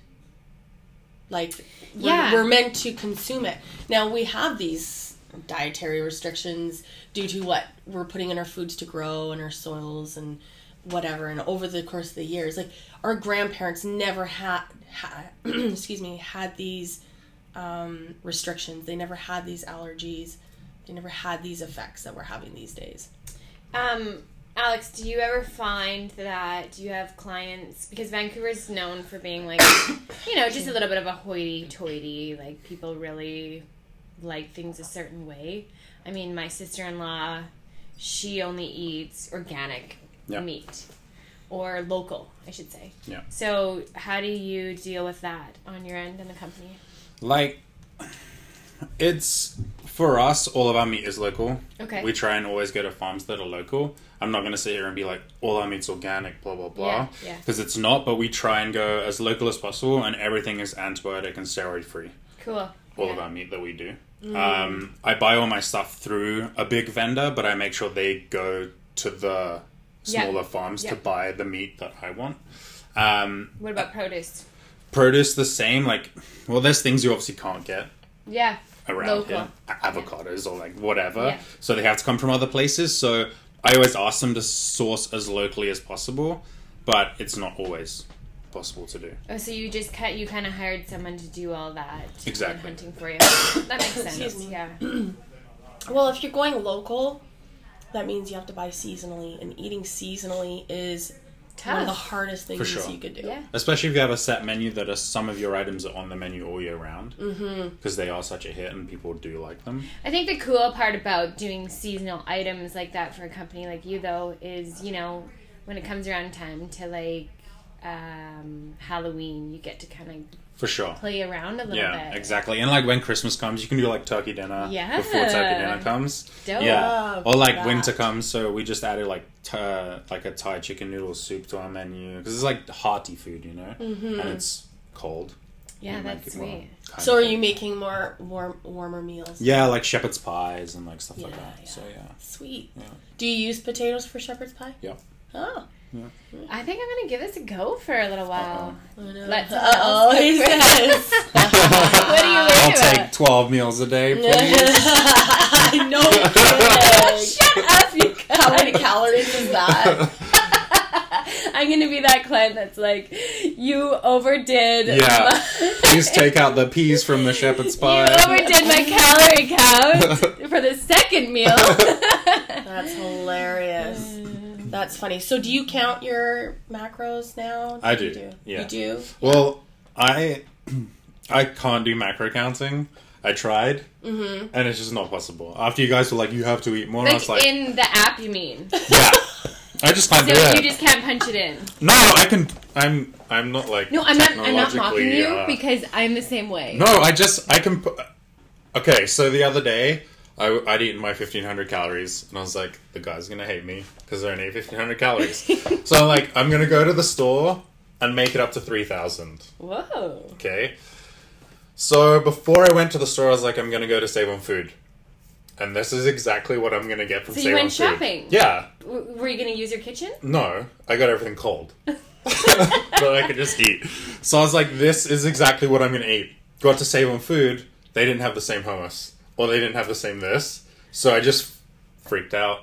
like we're,
Yeah.
we're meant to consume it. Now we have these dietary restrictions due to what we're putting in our foods to grow and our soils and whatever and over the course of the years like our grandparents never had, ha excuse me had these um, restrictions they never had these allergies they never had these effects that we're having these days
Um, Alex, do you ever find that you have clients because Vancouver's known for being like, you know, just a little bit of a hoity-toity. Like people really like things a certain way. I mean, my sister-in-law, she only eats organic
Yeah.
meat or local, I should say.
Yeah.
So, how do you deal with that on your end in the company?
Like, it's for us. All of our meat is local.
Okay.
We try and always go to farms that are local. I'm not going to sit here and be like, all our meat's organic, blah blah blah,
Yeah, yeah.
because it's not. But we try and go as local as possible, and everything is antibiotic and steroid free.
Cool.
All of our meat that we do.
Mm.
Um, I buy all my stuff through a big vendor, but I make sure they go to the
Yeah.
smaller farms
Yeah.
to buy the meat that I want. Um,
What about produce?
produce the same like well there's things you obviously can't get
Yeah.
around
Local.
here A- avocados or like whatever
Yeah.
so they have to come from other places so i always ask them to source as locally as possible but it's not always possible to do
Oh, so you just cut. You kind of hired someone to do all that
Exactly.
and hunting for you. That makes sense.
Excuse me.
Yeah.
Well, if you're going local, that means you have to buy seasonally, and eating seasonally is one of the
Tough.
hardest things
For sure.
you could do.
Yeah.
especially if you have a set menu that are some of your items are on the menu all year round because
Mm-hmm.
they are such a hit and people do like them
I think the cool part about doing seasonal items like that for a company like you though is you know when it comes around time to like um, Halloween, you get to kind of
for sure
play around a little
yeah
bit.
exactly and like when christmas comes you can do like turkey dinner before turkey
Yeah.
dinner comes
Dope.
Yeah,
Love
or like
that.
winter comes, so we just added like t- uh, like a Thai chicken noodle soup to our menu because it's like hearty food, you know, and it's cold.
Mm-hmm. Yeah,
You make
that's
it well,
sweet.
kind
So
of
are
cold.
you making more warm, warmer meals?
Yeah, like shepherd's pies and like stuff like
Yeah,
that. So yeah,
Sweet. Do you use potatoes for shepherd's pie?
yeah.
Oh.
I think I'm gonna give this a go for a little while. Let's-
Uh-oh, he says.
What do you
I'll
into
take twelve meals a day, please.
I know it's good.
it? Oh, Shut
How
up, you
many calories is that?
I'm gonna be that client that's like, you overdid.
Yeah.
my-
please take out the peas from the shepherd's pie.
You overdid my calorie count for the second meal.
That's hilarious. That's funny. So do you count your macros now?
I
You
do, yeah.
You do?
Well, I I can't do macro counting. I tried, and it's just not possible. After you guys were like, "You have to eat more," and I was
like,
like,
in the app, you mean? So
"Yeah." I just can't do it.
you just can't punch it in.
No, I can. I'm. I'm not like.
No, I'm not. I'm not mocking
technologically,
you
uh,
because I'm the same way.
No, I just. I can. Pu- okay, so the other day, I, I'd eaten my 1500 calories, and I was like, the guy's gonna hate me because I only ate 1500 calories. so I'm like, I'm gonna go to the store and make it up to 3000.
Whoa.
Okay. So before I went to the store, I was like, I'm gonna go to Save on Food. And this is exactly what I'm gonna get from
So you
Save on
went
Food.
shopping?
Yeah.
W- were you gonna use your kitchen?
No, I got everything cold. but I could just eat. So I was like, this is exactly what I'm going to eat. Got to save on food. They didn't have the same hummus. Or they didn't have the same this. So I just freaked out.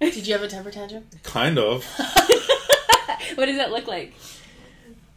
Did you have a temper tantrum?
Kind of.
What does that look like?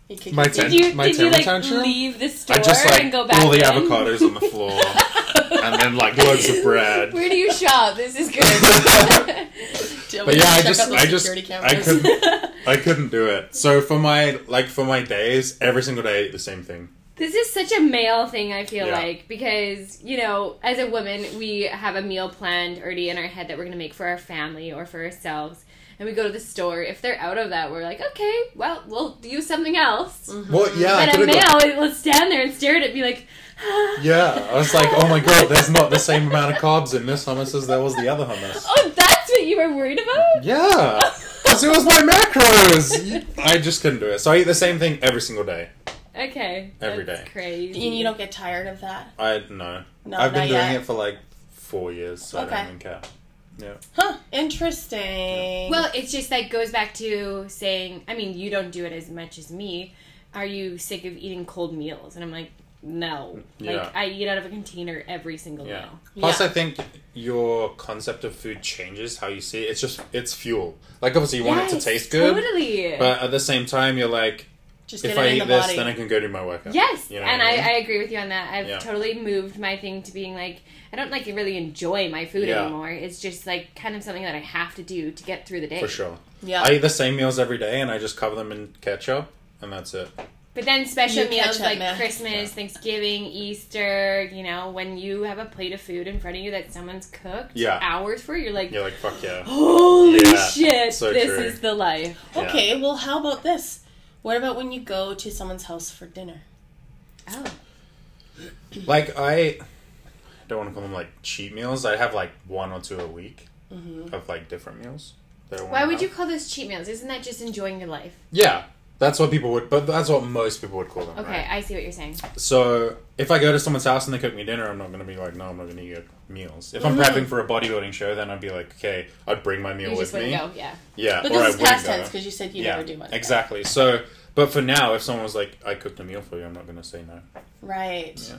You kicked
My
your
ten-
Did you
my
did you
temper
like
tantrum?
leave the store
I just
and
like
go back?
all the
in?
avocados on the floor. and then like loads of bread.
Where do you shop? This is good.
But yeah, I
Check
just,
out those
I just,
security
I
cameras.
couldn't, I couldn't do it. So for my, like for my days, every single day I ate the same thing.
This is such a male thing, I feel
Yeah.
like, because, you know, as a woman, we have a meal planned already in our head that we're going to make for our family or for ourselves. And we go to the store. If they're out of that, we're like, okay, well, we'll use something else.
Well, yeah, I
But a
could've got-
male will stand there and stare at it and be like,
Yeah, I was like, oh my god, there's not the same amount of carbs in this hummus as there was the other hummus.
oh, that's what you were worried about?
Yeah, Because it was my macros. I just couldn't do it. So I eat the same thing every single day.
Okay.
Every
that's
day.
And
Crazy.
you, don't get tired of that.
I no.
No,
I've
not
been doing
yet.
it for like four years, so I
Okay.
don't even care. Yeah.
Huh. Interesting.
Well, it's just like goes back to saying, I mean, you don't do it as much as me. Are you sick of eating cold meals? And I'm like, no.
Yeah.
Like I eat out of a container every single
Yeah.
meal.
Plus,
Yeah.
I think your concept of food changes how you see it. It's just it's fuel. Like obviously, you want it to
Yes,
taste good,
Totally.
but at the same time, you're like,
Just
if
get
I
it in
eat
the
this,
body.
then I can go do my workout.
Yes,
You know
and
what
I,
mean?
I agree with you on that. I've
Yeah.
totally moved my thing to being like, I don't like really enjoy my food
Yeah.
anymore. It's just like kind of something that I have to do to get through the day.
for sure.
Yeah.
I eat the same meals every day, and I just cover them in ketchup, and that's it.
But then special
You catch
meals
that,
like
man.
Christmas,
Yeah.
Thanksgiving, Easter, you know, when you have a plate of food in front of you that someone's cooked
Yeah.
hours for, you're like,
You're like, fuck yeah.
holy
Yeah,
shit,
so
this
true.
is the life.
Yeah.
Okay, well, how about this? What about when you go to someone's house for dinner?
Oh,
Like I don't want to call them like cheat meals. I have like one or two a week of like different meals. that I wanna
Mm-hmm. why would
have.
you call those cheat meals? Isn't that just enjoying your life?
Yeah, that's what people would, but that's what most people would call them.
Okay,
right?
I see what you're saying.
So if I go to someone's house and they cook me dinner, I'm not going to be like, no, I'm not going to eat meals. If I'm
Mm-hmm.
prepping for a bodybuilding show, then I'd be like, okay, I'd bring my meal
You
with
just
me.
wouldn't go, yeah.
Yeah,
But
or I
this is
wouldn't
past
go.
tense because you said you
yeah,
never do one.
exactly. So, but for now, if someone was like, I cooked a meal for you, I'm not going to say no.
Right.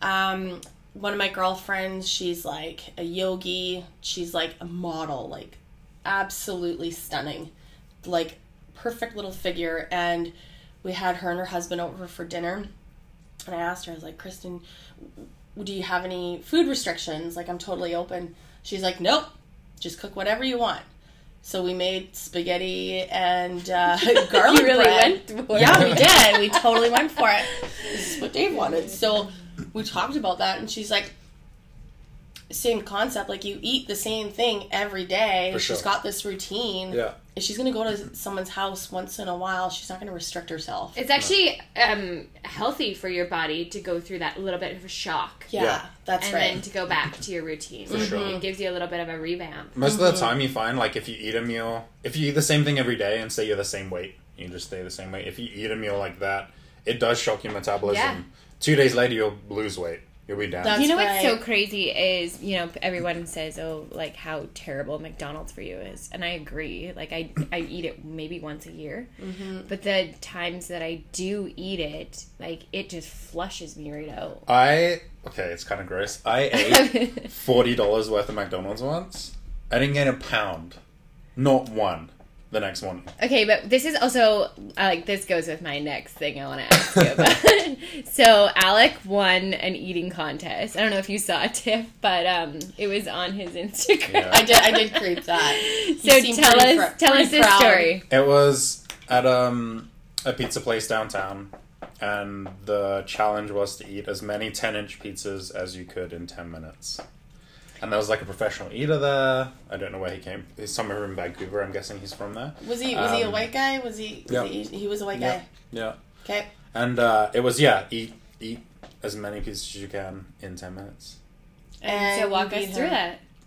Um, one of my girlfriends, she's like a yogi. She's like a model, like absolutely stunning, like perfect little figure. And we had her and her husband over for dinner. And I asked her, I was like, Kristen, w- do you have any food restrictions? Like, I'm totally open. She's like, nope, just cook whatever you want. So we made spaghetti and uh, garlic
You really
bread.
went for
Yeah, we did. We totally went for it. This is what Dave wanted. So we talked about that, and she's like, same concept. Like you eat the same thing every day.
For sure.
She's got this routine.
Yeah.
If she's gonna go to someone's house once in a while, she's not gonna restrict herself.
It's actually um, healthy for your body to go through that little bit of a shock.
yeah,
Yeah.
that's
and
right.
then to go back to your routine.
For sure.
It gives you a little bit of a revamp.
Most
Mm-hmm.
of the time, you find like if you eat a meal, if you eat the same thing every day and say you're the same weight, you just stay the same weight. If you eat a meal like that, it does shock your metabolism.
Yeah.
Two days later, you'll lose weight. You'll be down.
That's
you know what's so
right.
crazy is, you know, everyone says, "Oh, like how terrible McDonald's for you is," and I agree. Like I, I eat it maybe once a year,
Mm-hmm.
but the times that I do eat it, like it just flushes me right out.
I okay, it's kind of gross. I ate forty dollars worth of McDonald's once. I didn't gain a pound, not one. The next morning,
Okay, but this is also uh, like this goes with my next thing I want to ask you about. so Alec won an eating contest. I don't know if you saw it, Tiff, but um, it was on his Instagram.
Yeah.
I did. I did creep that.
So
seemed
tell
pretty
us,
pr-
tell
pretty
us this
proud.
story.
it was at um a pizza place downtown, and the challenge was to eat as many ten-inch pizzas as you could in ten minutes. And there was like a professional eater there. I don't know where he came. He's somewhere in Vancouver. I'm guessing he's from there.
Was he? Was he a
Um,
white guy? Was he? Was
yeah.
he, he was a white
Yeah.
guy.
Yeah.
Okay.
And uh, it was yeah, eat eat as many pizzas as you can in ten minutes.
And
So walk
you
us
beat
through
him.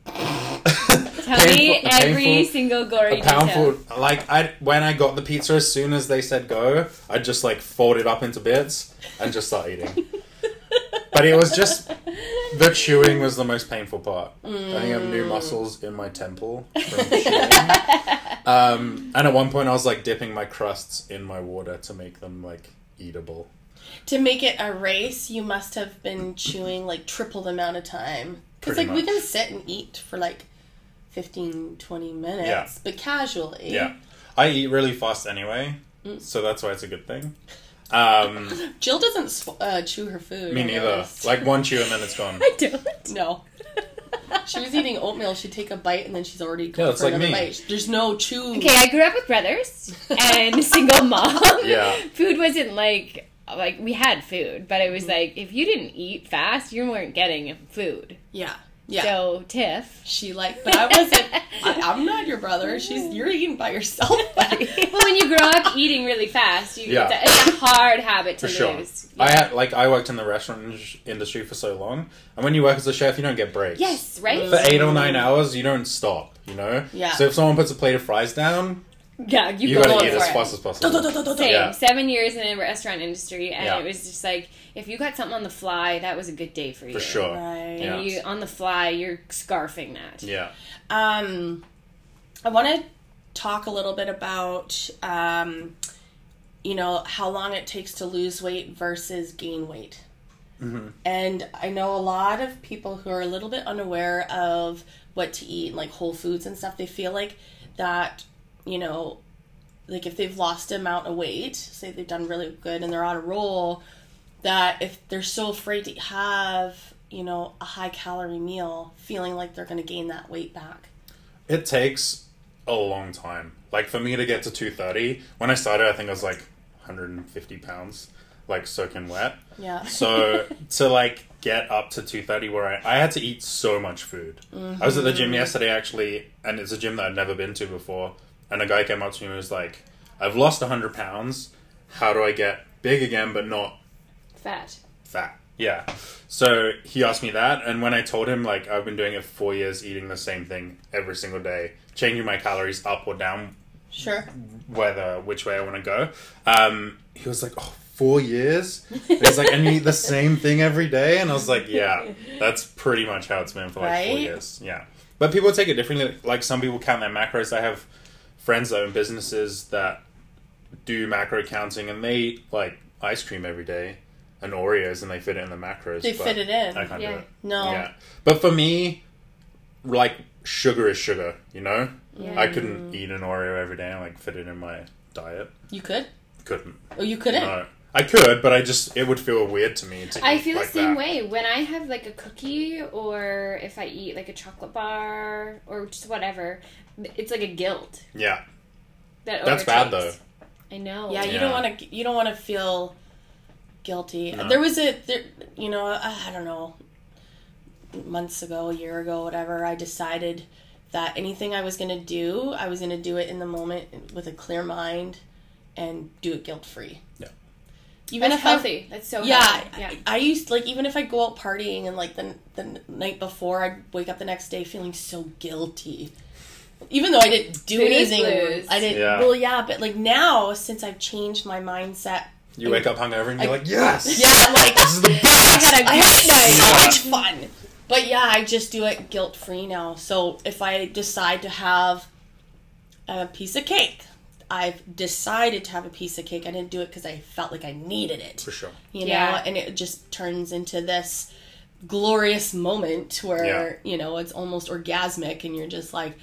that. Tell me
Painful-
every
painful-
single gory
a pound
detail.
full. Like I, when I got the pizza, as soon as they said go, I just like fold it up into bits and just start eating. but it was just the chewing was the most painful part. I think I have new muscles in my temple from chewing. um, and at one point, I was like dipping my crusts in my water to make them like eatable.
to make it a race, you must have been chewing like triple the amount of time. Because like
Pretty
we
much.
can sit and eat for like 15, 20 minutes,
Yeah.
but casually.
Yeah, I eat really fast anyway, so that's why it's a good thing. Um,
Jill doesn't sw- uh, chew her food.
me
I
neither.
noticed.
Like one chew and then it's gone.
I don't.
no. She was eating oatmeal. She'd take a bite and then she's already going
it's
for
like
another
me.
bite. There's no chew.
Okay, I grew up with brothers and a single mom.
Yeah.
Food wasn't like
Mm-hmm.
like we had food, but it was like if you didn't eat fast, you weren't getting food.
Yeah. Yeah.
So Tiff.
She like, but I wasn't. I, I'm not your brother. She's you're eating by yourself, buddy.
Well, when you grow up eating really fast, you,
Yeah.
it's, a, it's a hard habit to
For sure.
lose.
I had like I worked in the restaurant indus- industry for so long, and when you work as a chef, you don't get breaks.
Yes, right?
For eight or nine hours, you don't stop. You know.
Yeah.
So if someone puts a plate of fries down,
Yeah, you,
you
go
gotta
on
eat
for
as
it.
fast as possible.
Same.
Yeah.
Seven years in the restaurant industry, and
Yeah.
it was just like if you got something on the fly, that was a good day for you.
For sure.
Right.
Yeah.
You on the fly, you're scarfing that.
Yeah.
Um, I want to talk a little bit about, um, you know, how long it takes to lose weight versus gain weight. And I know a lot of people who are a little bit unaware of what to eat, like whole foods and stuff. They feel like that, you know, like if they've lost an amount of weight, say they've done really good and they're on a roll, that if they're so afraid to have, you know, a high calorie meal, feeling like they're going to gain that weight back.
It takes a long time. Like for me to get to 230, when I started, I think I was like 150 pounds, like soaking wet.
Yeah.
So to like get up to 230 where I, I had to eat so much food. I was at the gym yesterday actually, and it's a gym that I'd never been to before. And a guy came up to me and was like, I've lost 100 pounds. How do I get big again but not
Fat.
fat. Yeah. So he asked me that, and when I told him, like, I've been doing it for four years, eating the same thing every single day, changing my calories up or down,
Sure.
whether which way I want to go, um, he was like, oh, four years? And he's like, and you eat the same thing every day? And I was like, yeah, that's pretty much how it's been for like four
Right?
years. Yeah. But people take it differently. Like, some people count their macros. I have friends that own businesses that do macro counting and they eat like ice cream every day and Oreos and they fit it in the macros.
They
but
fit it in.
I can't do
Yeah.
it.
No.
Yeah. But for me, like sugar is sugar, you know? I couldn't eat an Oreo every day and like fit it in my diet.
You could?
Couldn't.
Oh, you couldn't?
No. I could, but I just it would feel weird to me to
I
eat
feel
like
the same
that.
way when I have like a cookie or if I eat like a chocolate bar or just whatever. It's like a guilt
Yeah.
that
That's bad,
overtakes. I know.
Yeah, you
Yeah.
don't want to. You don't want to feel guilty.
No.
There was a, there, you know, I don't know, months ago, a year ago, whatever. I decided that anything I was gonna do, I was gonna do it in the moment with a clear mind, and do it guilt free.
Yeah.
Even
That's
if I,
healthy. That's so
yeah,
healthy. Yeah.
I, I used like even if I go out partying and like the the night before, I'd wake up the next day feeling so guilty. Even though I didn't do
Food is
anything,
blues.
I didn't.
Yeah.
Well, yeah, but like now since I've changed my mindset,
You wake up hungover and you're like, Yes!
yeah, I'm like
This is the best
I had a
I had
Yeah.
so much fun. But yeah, I just do it guilt free now. So if I decide to have a piece of cake, I've decided to have a piece of cake. I didn't do it because I felt like I needed it
for sure.
you know
Yeah.
and it just turns into this glorious moment where you know it's almost orgasmic and you're just like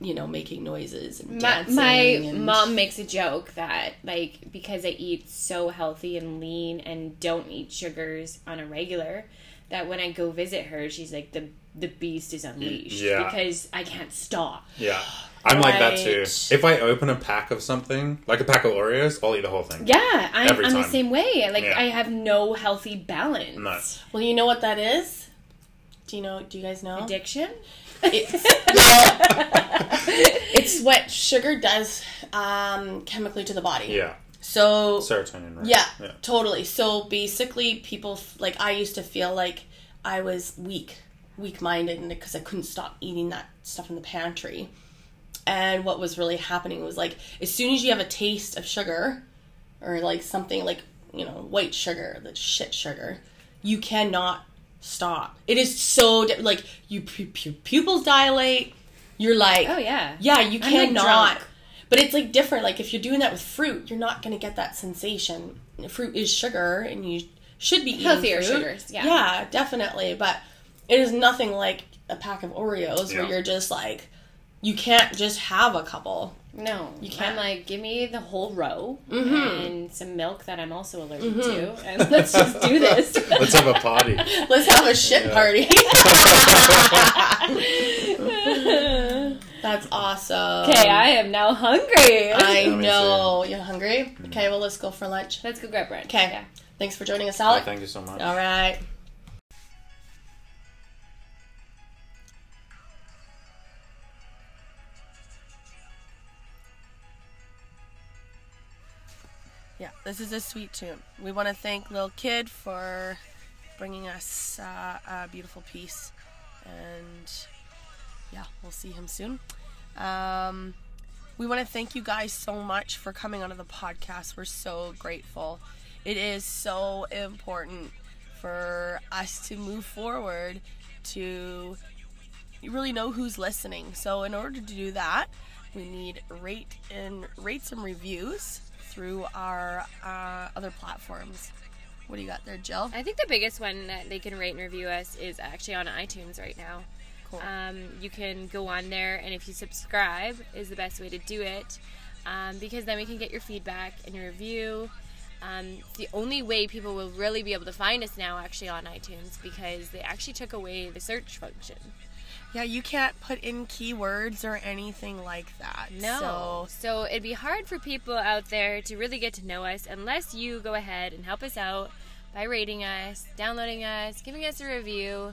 you know making noises and
My,
dancing
my
and-
mom makes a joke that like because I eat so healthy and lean and don't eat sugars on a regular, that when I go visit her, she's like the the beast is unleashed
yeah.
because I can't stop.
Yeah. I'm like that too.
Right.
If I open a pack of something, like a pack of Oreos, I'll eat the whole thing.
Yeah, I'm,
Every
I'm the
time.
same way. I, Like
Yeah.
I have no healthy balance.
No.
well you know what that is do you know do you guys know
Addiction.
it's, well, it's what sugar does um chemically to the body
Yeah.
so
Serotonin, right?
Yeah,
Yeah.
totally. So basically, people f- like I used to feel like I was weak, weak minded, because I couldn't stop eating that stuff in the pantry. And what was really happening was like, as soon as you have a taste of sugar, or like something like you know white sugar, the shit sugar, you cannot stop. It is so di- like you pu- pu- pupils dilate. You're like,
Oh yeah.
yeah, you
I'm, like,
cannot.
drunk.
but it's like different. Like if you're doing that with fruit, you're not gonna get that sensation. Fruit is sugar, and you should be eating
Healthier
fruit.
sugars, yeah.
yeah, definitely. But it is nothing like a pack of Oreos where
Yeah.
you're just like, you can't just have a couple.
No, you
can't.
I'm like, give me the whole row and some milk that I'm also allergic to, and let's just do this.
Let's have a party.
Let's have a shit party. That's awesome.
Okay, I am now hungry.
I
me
know you're hungry. Okay, well let's go for lunch.
Let's go grab brunch.
Okay,
Yeah.
Oh, thanks for joining us, Alec.
Thank you so much.
All right. Yeah, this is a sweet tune. We want to thank Lil Kid for bringing us uh, a beautiful piece, and yeah, we'll see him soon. Um, we want to thank you guys so much for coming onto the podcast. We're so grateful. It is so important for us to move forward to really know who's listening. So in order to do that, we need rate and rate some reviews through our uh, other platforms. What do you got there, Jill?
I think the biggest one that they can rate and review us is actually on iTunes right now.
Cool.
Um, you can go on there, and if you subscribe, is the best way to do it, um, because then we can get your feedback and your review. Um, it's the only way people will really be able to find us now, actually, on iTunes, because they actually took away the search function.
Yeah, you can't put in keywords or anything like that.
No. So,
So
it'd be hard for people out there to really get to know us unless you go ahead and help us out by rating us, downloading us, giving us a review.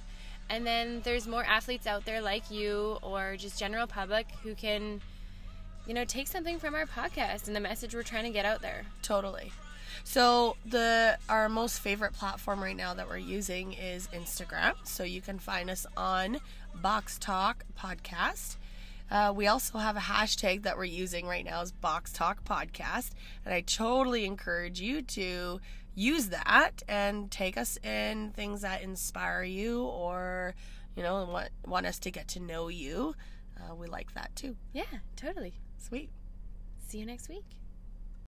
And then there's more athletes out there like you or just general public who can you know take something from our podcast and the message we're trying to get out there.
totally. So the our most favorite platform right now that we're using is Instagram. So you can find us on Box Talk Podcast. Uh, we also have a hashtag that we're using right now is Box Talk Podcast, and I totally encourage you to use that and take us in things that inspire you or you know want want us to get to know you. Uh, we like that too.
Yeah, totally.
Sweet.
See you next week.